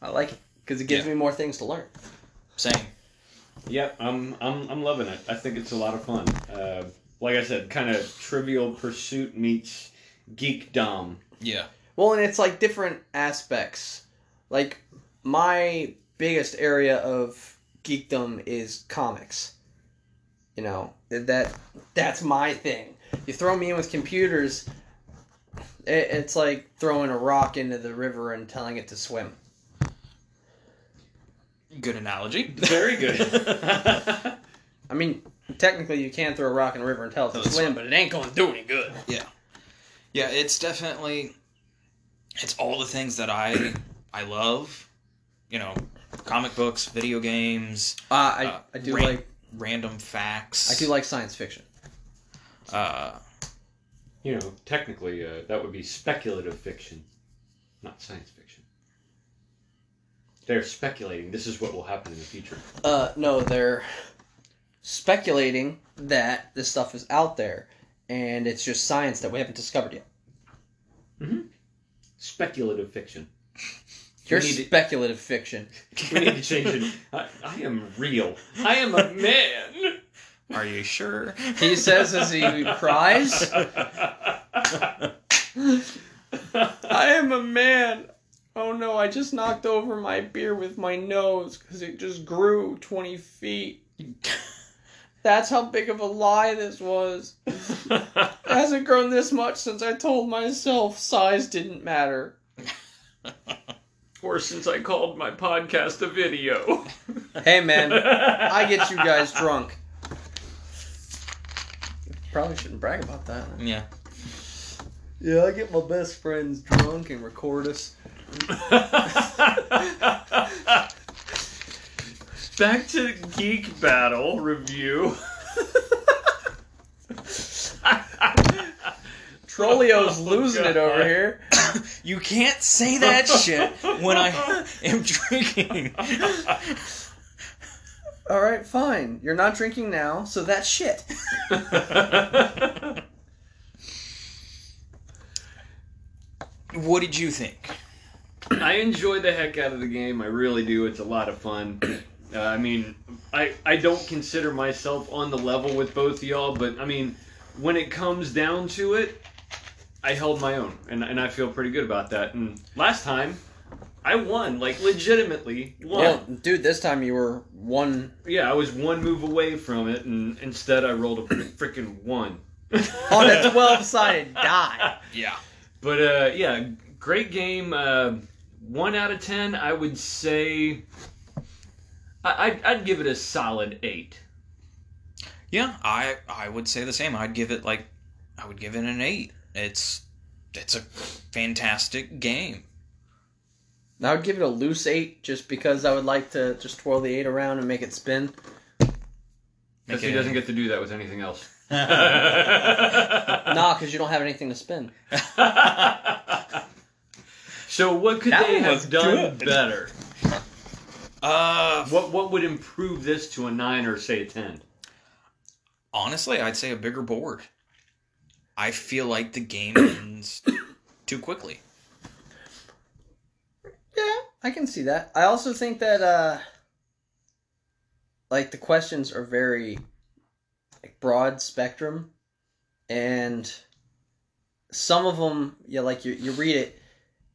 [SPEAKER 2] I like it because it gives
[SPEAKER 1] Yeah.
[SPEAKER 2] me more things to learn.
[SPEAKER 1] same.
[SPEAKER 3] Yep, I'm I'm I'm loving it. I think it's a lot of fun. Uh, like I said, kind of Trivial Pursuit meets Geekdom.
[SPEAKER 1] Yeah.
[SPEAKER 2] Well, and it's like different aspects. Like my biggest area of geekdom is comics. You know that that's my thing. You throw me in with computers, it, it's like throwing a rock into the river and telling it to swim.
[SPEAKER 7] Good analogy.
[SPEAKER 1] Very good.
[SPEAKER 2] I mean, technically, you can throw a rock in a river and tell it to
[SPEAKER 7] Tell it to
[SPEAKER 2] swim, but it ain't gonna do any good.
[SPEAKER 1] yeah, it's definitely it's all the things that I I love. You know, comic books, video games,
[SPEAKER 2] Uh, I
[SPEAKER 1] Uh,
[SPEAKER 2] I do
[SPEAKER 1] ran-
[SPEAKER 2] like
[SPEAKER 1] random facts.
[SPEAKER 2] I do like science fiction.
[SPEAKER 1] uh
[SPEAKER 3] You know, technically, uh, that would be speculative fiction, not science fiction. They're speculating this is what will happen in the future.
[SPEAKER 2] Uh, no, they're speculating that this stuff is out there, and it's just science that we haven't discovered yet.
[SPEAKER 3] Speculative fiction.
[SPEAKER 2] You're
[SPEAKER 7] need to-
[SPEAKER 2] speculative fiction.
[SPEAKER 3] We need to change it. I, I am real. I am a man.
[SPEAKER 1] Are you sure?
[SPEAKER 2] He says as he cries, "I am a man." Oh no! I just knocked over my beer with my nose because it just grew twenty feet. That's how big of a lie this was. It hasn't grown this much since I told myself size didn't matter.
[SPEAKER 3] or since I called my podcast a video.
[SPEAKER 2] Hey man, I get you guys drunk. Probably shouldn't brag about that.
[SPEAKER 1] Yeah.
[SPEAKER 2] Yeah, I get my best friends drunk and record us.
[SPEAKER 3] Back to Geek Battle review.
[SPEAKER 2] Trolio's
[SPEAKER 3] Oh,
[SPEAKER 2] losing it over
[SPEAKER 3] God.
[SPEAKER 2] here.
[SPEAKER 1] You can't say that shit when I am drinking.
[SPEAKER 2] All right, fine. You're not drinking now, so that's shit.
[SPEAKER 1] What did you think?
[SPEAKER 3] I enjoy the heck out of the game. I really do. It's a lot of fun. Uh, I mean, I I don't consider myself on the level with both y'all, but I mean, when it comes down to it, I held my own, and and I feel pretty good about that. And last time, I won, like legitimately won.
[SPEAKER 2] Well, dude, this time you were one
[SPEAKER 3] Yeah, I was one move away from it, and instead I rolled a freaking one
[SPEAKER 2] on a 12 sided die.
[SPEAKER 1] Yeah.
[SPEAKER 3] But uh, yeah, great game. Uh, one out of ten, I would say. I, I'd, I'd give it a solid eight.
[SPEAKER 1] Yeah, I I would say the same. I'd give it like I would give it an 8. It's it's a fantastic game.
[SPEAKER 2] I would give it a loose 8 just because I would like to just twirl the 8 around and make it spin.
[SPEAKER 3] Because
[SPEAKER 1] Okay.
[SPEAKER 3] he doesn't get to do that with anything else.
[SPEAKER 2] Nah, because you don't have anything to spin.
[SPEAKER 3] so what could
[SPEAKER 1] That
[SPEAKER 3] they
[SPEAKER 1] one was
[SPEAKER 3] have done
[SPEAKER 1] good.
[SPEAKER 3] better?
[SPEAKER 1] Uh
[SPEAKER 3] What what would improve this to a nine or say a ten?
[SPEAKER 1] honestly, I'd say a bigger board. I feel like the game ends too quickly.
[SPEAKER 2] Yeah, I can see that. I also think that uh like the questions are very like broad spectrum and some of them yeah like you you read it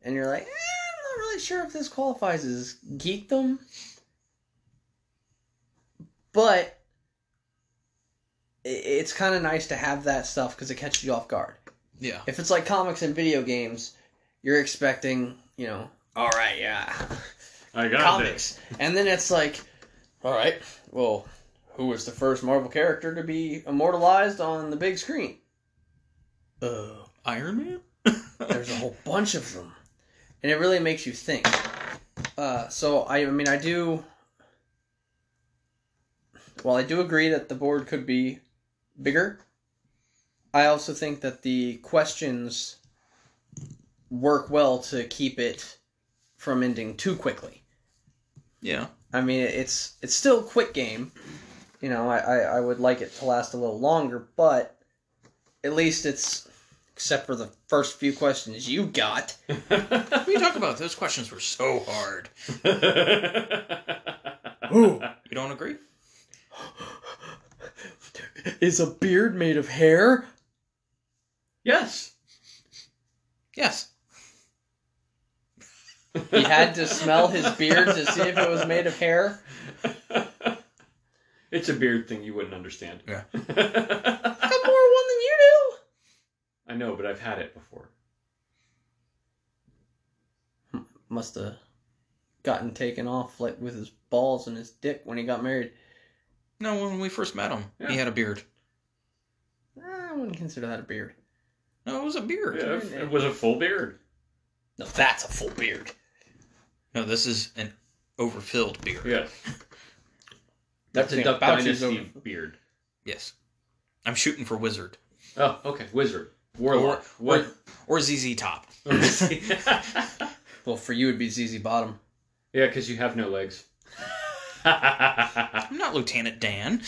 [SPEAKER 2] and you're like eh, I'm not really sure if this qualifies as geekdom. But i- it's kind of nice to have that stuff because it catches you off guard.
[SPEAKER 1] Yeah.
[SPEAKER 2] If it's like comics and video games, you're expecting, you know, all right, yeah,
[SPEAKER 3] I got
[SPEAKER 2] comics. And then it's like, all right, well, who was the first Marvel character to be immortalized on the big screen? Uh,
[SPEAKER 1] Iron Man?
[SPEAKER 2] there's a whole bunch of them. And it really makes you think. Uh, so, I, I mean, I do. While I do agree that the board could be bigger, I also think that the questions work well to keep it from ending too quickly.
[SPEAKER 1] Yeah.
[SPEAKER 2] I mean, it's it's still a quick game. You know, I, I, I would like it to last a little longer, but at least it's except for the first few questions you got.
[SPEAKER 1] What are you talking about? Those questions were so hard.
[SPEAKER 3] it.
[SPEAKER 1] You don't agree?
[SPEAKER 2] Is a beard made of hair?
[SPEAKER 3] yes.
[SPEAKER 1] Yes.
[SPEAKER 2] He had to smell his beard to see if it was made of hair.
[SPEAKER 3] It's a beard thing you wouldn't understand.
[SPEAKER 1] Yeah.
[SPEAKER 2] I got more one than you do.
[SPEAKER 3] I know, but I've had it before.
[SPEAKER 2] Must have gotten taken off like with his balls and his dick when he got married.
[SPEAKER 1] No, when we first met him,
[SPEAKER 3] Yeah.
[SPEAKER 1] he had a beard.
[SPEAKER 2] Nah, Eh, I wouldn't consider that a beard.
[SPEAKER 1] No, it was a beard.
[SPEAKER 3] Yeah, it was a full beard.
[SPEAKER 2] No, that's a full beard.
[SPEAKER 1] No, this is an overfilled beard.
[SPEAKER 3] Yes. That's a
[SPEAKER 2] Think
[SPEAKER 3] Duck
[SPEAKER 2] about she's
[SPEAKER 3] Dynasty
[SPEAKER 2] over-
[SPEAKER 3] beard.
[SPEAKER 1] Yes. I'm shooting for Wizard.
[SPEAKER 3] Oh, okay. Wizard. Warlock.
[SPEAKER 1] Or,
[SPEAKER 3] What?
[SPEAKER 1] or ZZ Top.
[SPEAKER 3] yeah,
[SPEAKER 2] Well, for you it'd be ZZ Bottom.
[SPEAKER 3] because you have no legs.
[SPEAKER 1] I'm not Lieutenant Dan.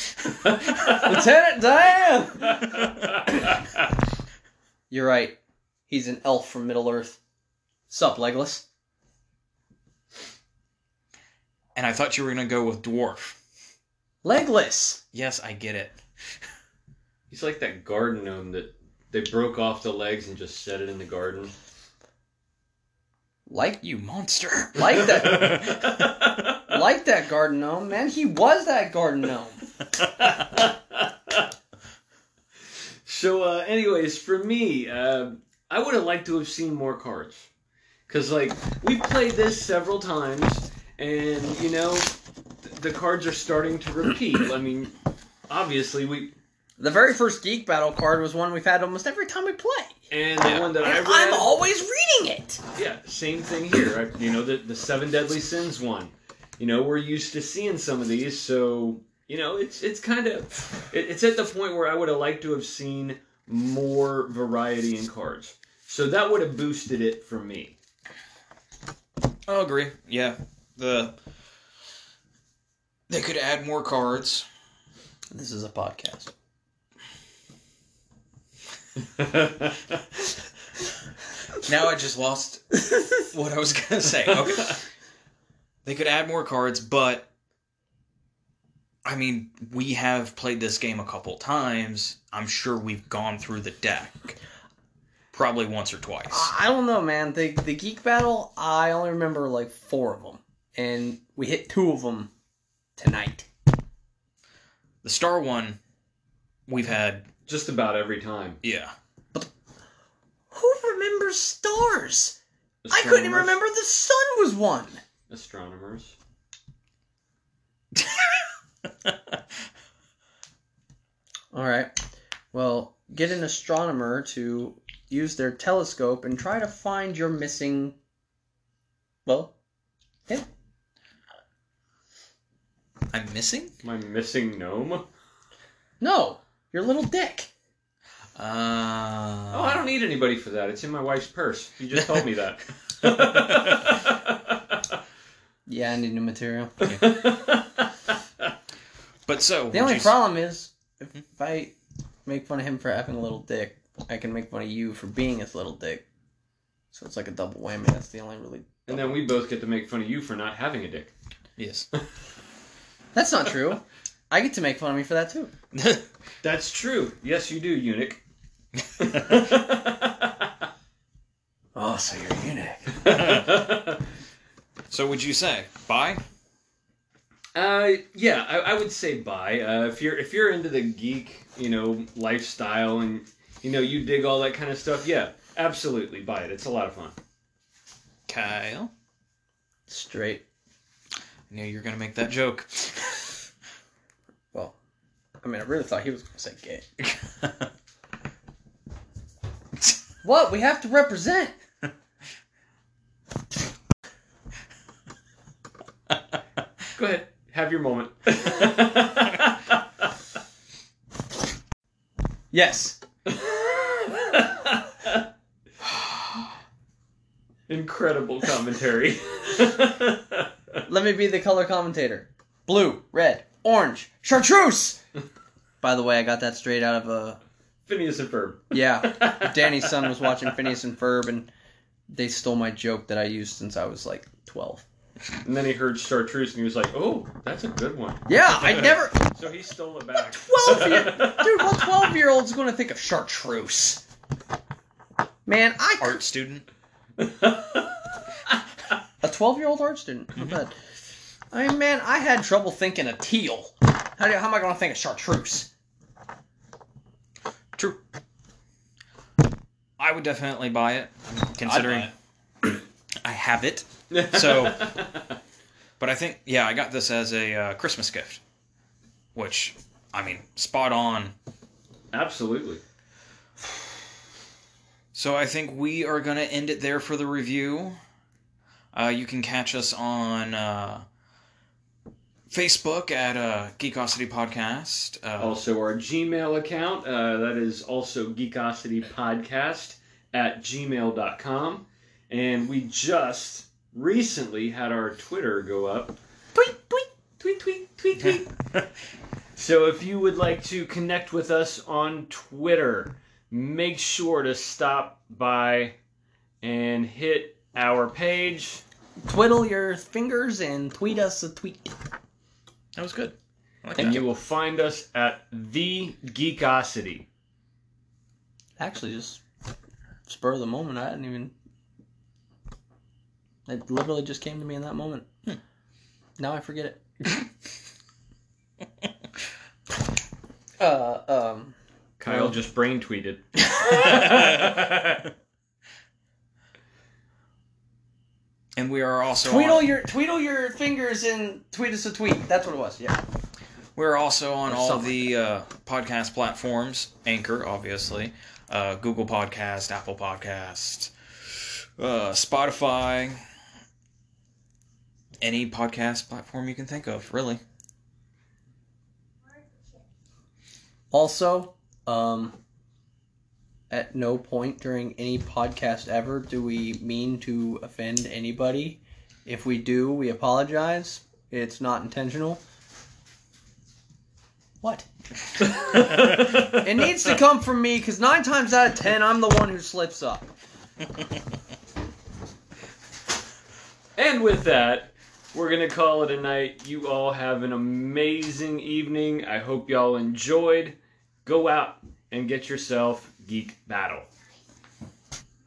[SPEAKER 2] Lieutenant Dan.
[SPEAKER 3] That's
[SPEAKER 2] You're right. He's an elf from Middle Earth. Sup, Legless?
[SPEAKER 1] And I thought you were going to go with Dwarf.
[SPEAKER 2] Legless.
[SPEAKER 1] Yes, I get it.
[SPEAKER 3] He's like that garden gnome that they broke off the legs and just set it in the garden.
[SPEAKER 2] Like
[SPEAKER 1] You monster.
[SPEAKER 2] like that
[SPEAKER 3] that.
[SPEAKER 2] like that garden gnome, man. He was that garden gnome.
[SPEAKER 3] so, uh, anyways, for me, uh, I would have liked to have seen more cards. Because, like, we played this several times, and, you know, th- the cards are starting to repeat. I mean, obviously, we.
[SPEAKER 2] The very first geek battle card was one we've had almost every time we play.
[SPEAKER 3] And the one that I read.
[SPEAKER 2] And I'm always reading it.
[SPEAKER 3] Yeah, same thing here. I, you know, the, the Seven Deadly Sins one. You know, we're used to seeing some of these, so you know, it's it's kind of it, it's at the point where I would have liked to have seen more variety in cards. So that would have boosted it for me.
[SPEAKER 1] I'll agree. Yeah. The They could add more cards.
[SPEAKER 2] This is a podcast.
[SPEAKER 1] Now I just lost what I was going to say. Okay. They could add more cards, but I mean, we have played this game a couple times. I'm sure we've gone through the deck probably once or twice.
[SPEAKER 2] I I don't know, man. The the geek battle, I only remember like four of them, and we hit two of them tonight.
[SPEAKER 1] The star one, we've had,
[SPEAKER 3] Just about every time.
[SPEAKER 1] yeah.
[SPEAKER 2] Who remembers stars? I couldn't even
[SPEAKER 3] Astronomers-
[SPEAKER 2] remember the sun was one.
[SPEAKER 3] astronomers.
[SPEAKER 2] All right. Well, get an astronomer to use their telescope and try to find your missing. Well,
[SPEAKER 1] I'm missing?
[SPEAKER 3] Am I missing gnome?
[SPEAKER 2] no, your little dick.
[SPEAKER 1] Uh,
[SPEAKER 3] oh, I don't need anybody for that. It's in my wife's purse. You just told me that.
[SPEAKER 2] Yeah, I need new material.
[SPEAKER 1] But so.
[SPEAKER 2] e- The
[SPEAKER 1] would
[SPEAKER 2] only
[SPEAKER 1] you s-
[SPEAKER 2] problem is Mm-hmm. if I make fun of him for having a little dick, I can make fun of you for being his little dick. So it's like a double whammy. That's the only really.
[SPEAKER 3] and then we both get to make fun of you for not having a dick.
[SPEAKER 1] Yes.
[SPEAKER 2] That's not true. I get to make fun of me for that too.
[SPEAKER 3] That's true. Yes, you do, eunuch.
[SPEAKER 2] Oh, so you're a eunuch.
[SPEAKER 1] so would you say bye?
[SPEAKER 3] uh, yeah, I, I would say bye. Uh, if you're if you're into the geek, you know, lifestyle and you know you dig all that kind of stuff, yeah, absolutely buy it. It's a lot of fun.
[SPEAKER 1] Kyle?
[SPEAKER 2] Straight.
[SPEAKER 1] I knew you were going to make that joke.
[SPEAKER 2] Well, I mean, I really thought he was going to say gay. What? We have to represent.
[SPEAKER 3] Go ahead, have your moment.
[SPEAKER 2] Yes.
[SPEAKER 3] Incredible commentary.
[SPEAKER 2] Let me be the color commentator. Blue, red, orange, chartreuse. By the way, I got that straight out of a
[SPEAKER 3] Phineas and Ferb.
[SPEAKER 2] yeah. Danny's son was watching Phineas and Ferb, and they stole my joke that I used since I was like twelve.
[SPEAKER 3] And then he heard chartreuse and he was like, oh, that's a good one.
[SPEAKER 2] Yeah, I never.
[SPEAKER 3] So he stole it back.
[SPEAKER 2] Twelve, year, dude. What twelve year old's going to think of chartreuse? Man, I
[SPEAKER 1] Art student?
[SPEAKER 2] a twelve year old art student. Not
[SPEAKER 1] Mm-hmm.
[SPEAKER 2] bad. I mean, man, I had trouble thinking of teal. How, do, how am I going to think of chartreuse?
[SPEAKER 1] True. I would definitely buy it, considering
[SPEAKER 2] I'd
[SPEAKER 1] I have it. So, but I think yeah, I got this as a uh, Christmas gift, which I mean, spot on.
[SPEAKER 3] Absolutely.
[SPEAKER 1] So I think we are gonna end it there for the review. Uh, you can catch us on uh, Facebook at uh, Geekosity Podcast. Uh,
[SPEAKER 3] Also, our Gmail account, uh, that is also geekositypodcast at gmail.com. And we just recently had our Twitter go up. Tweet, tweet, tweet, tweet, tweet, tweet. so if you would like to connect with us on Twitter, make sure to stop by and hit our page.
[SPEAKER 2] Twiddle your fingers and tweet us a tweet.
[SPEAKER 1] that was good. I like
[SPEAKER 3] And
[SPEAKER 1] that.
[SPEAKER 3] you will find us at the Geekosity.
[SPEAKER 2] Actually, just spur of the moment. I didn't even. It literally just came to me in that moment. Hmm. Now I forget it. uh, um,
[SPEAKER 3] Kyle just brain tweeted.
[SPEAKER 1] And we are also
[SPEAKER 2] tweedle
[SPEAKER 1] on,
[SPEAKER 2] your tweedle your fingers and tweet us a tweet. That's what it was. Yeah.
[SPEAKER 1] we're also on
[SPEAKER 2] Or
[SPEAKER 1] all
[SPEAKER 2] something.
[SPEAKER 1] the uh, podcast platforms. Anchor, obviously, uh, Google Podcast, Apple Podcast, uh, Spotify, any podcast platform you can think of, really.
[SPEAKER 2] Also, um, at no point during any podcast ever do we mean to offend anybody. If we do, we apologize. It's not intentional. What? It needs to come from me because nine times out of ten, I'm the one who slips up.
[SPEAKER 3] And with that, we're going to call it a night. You all have an amazing evening. I hope y'all enjoyed. Go out and get yourself Geek Battle.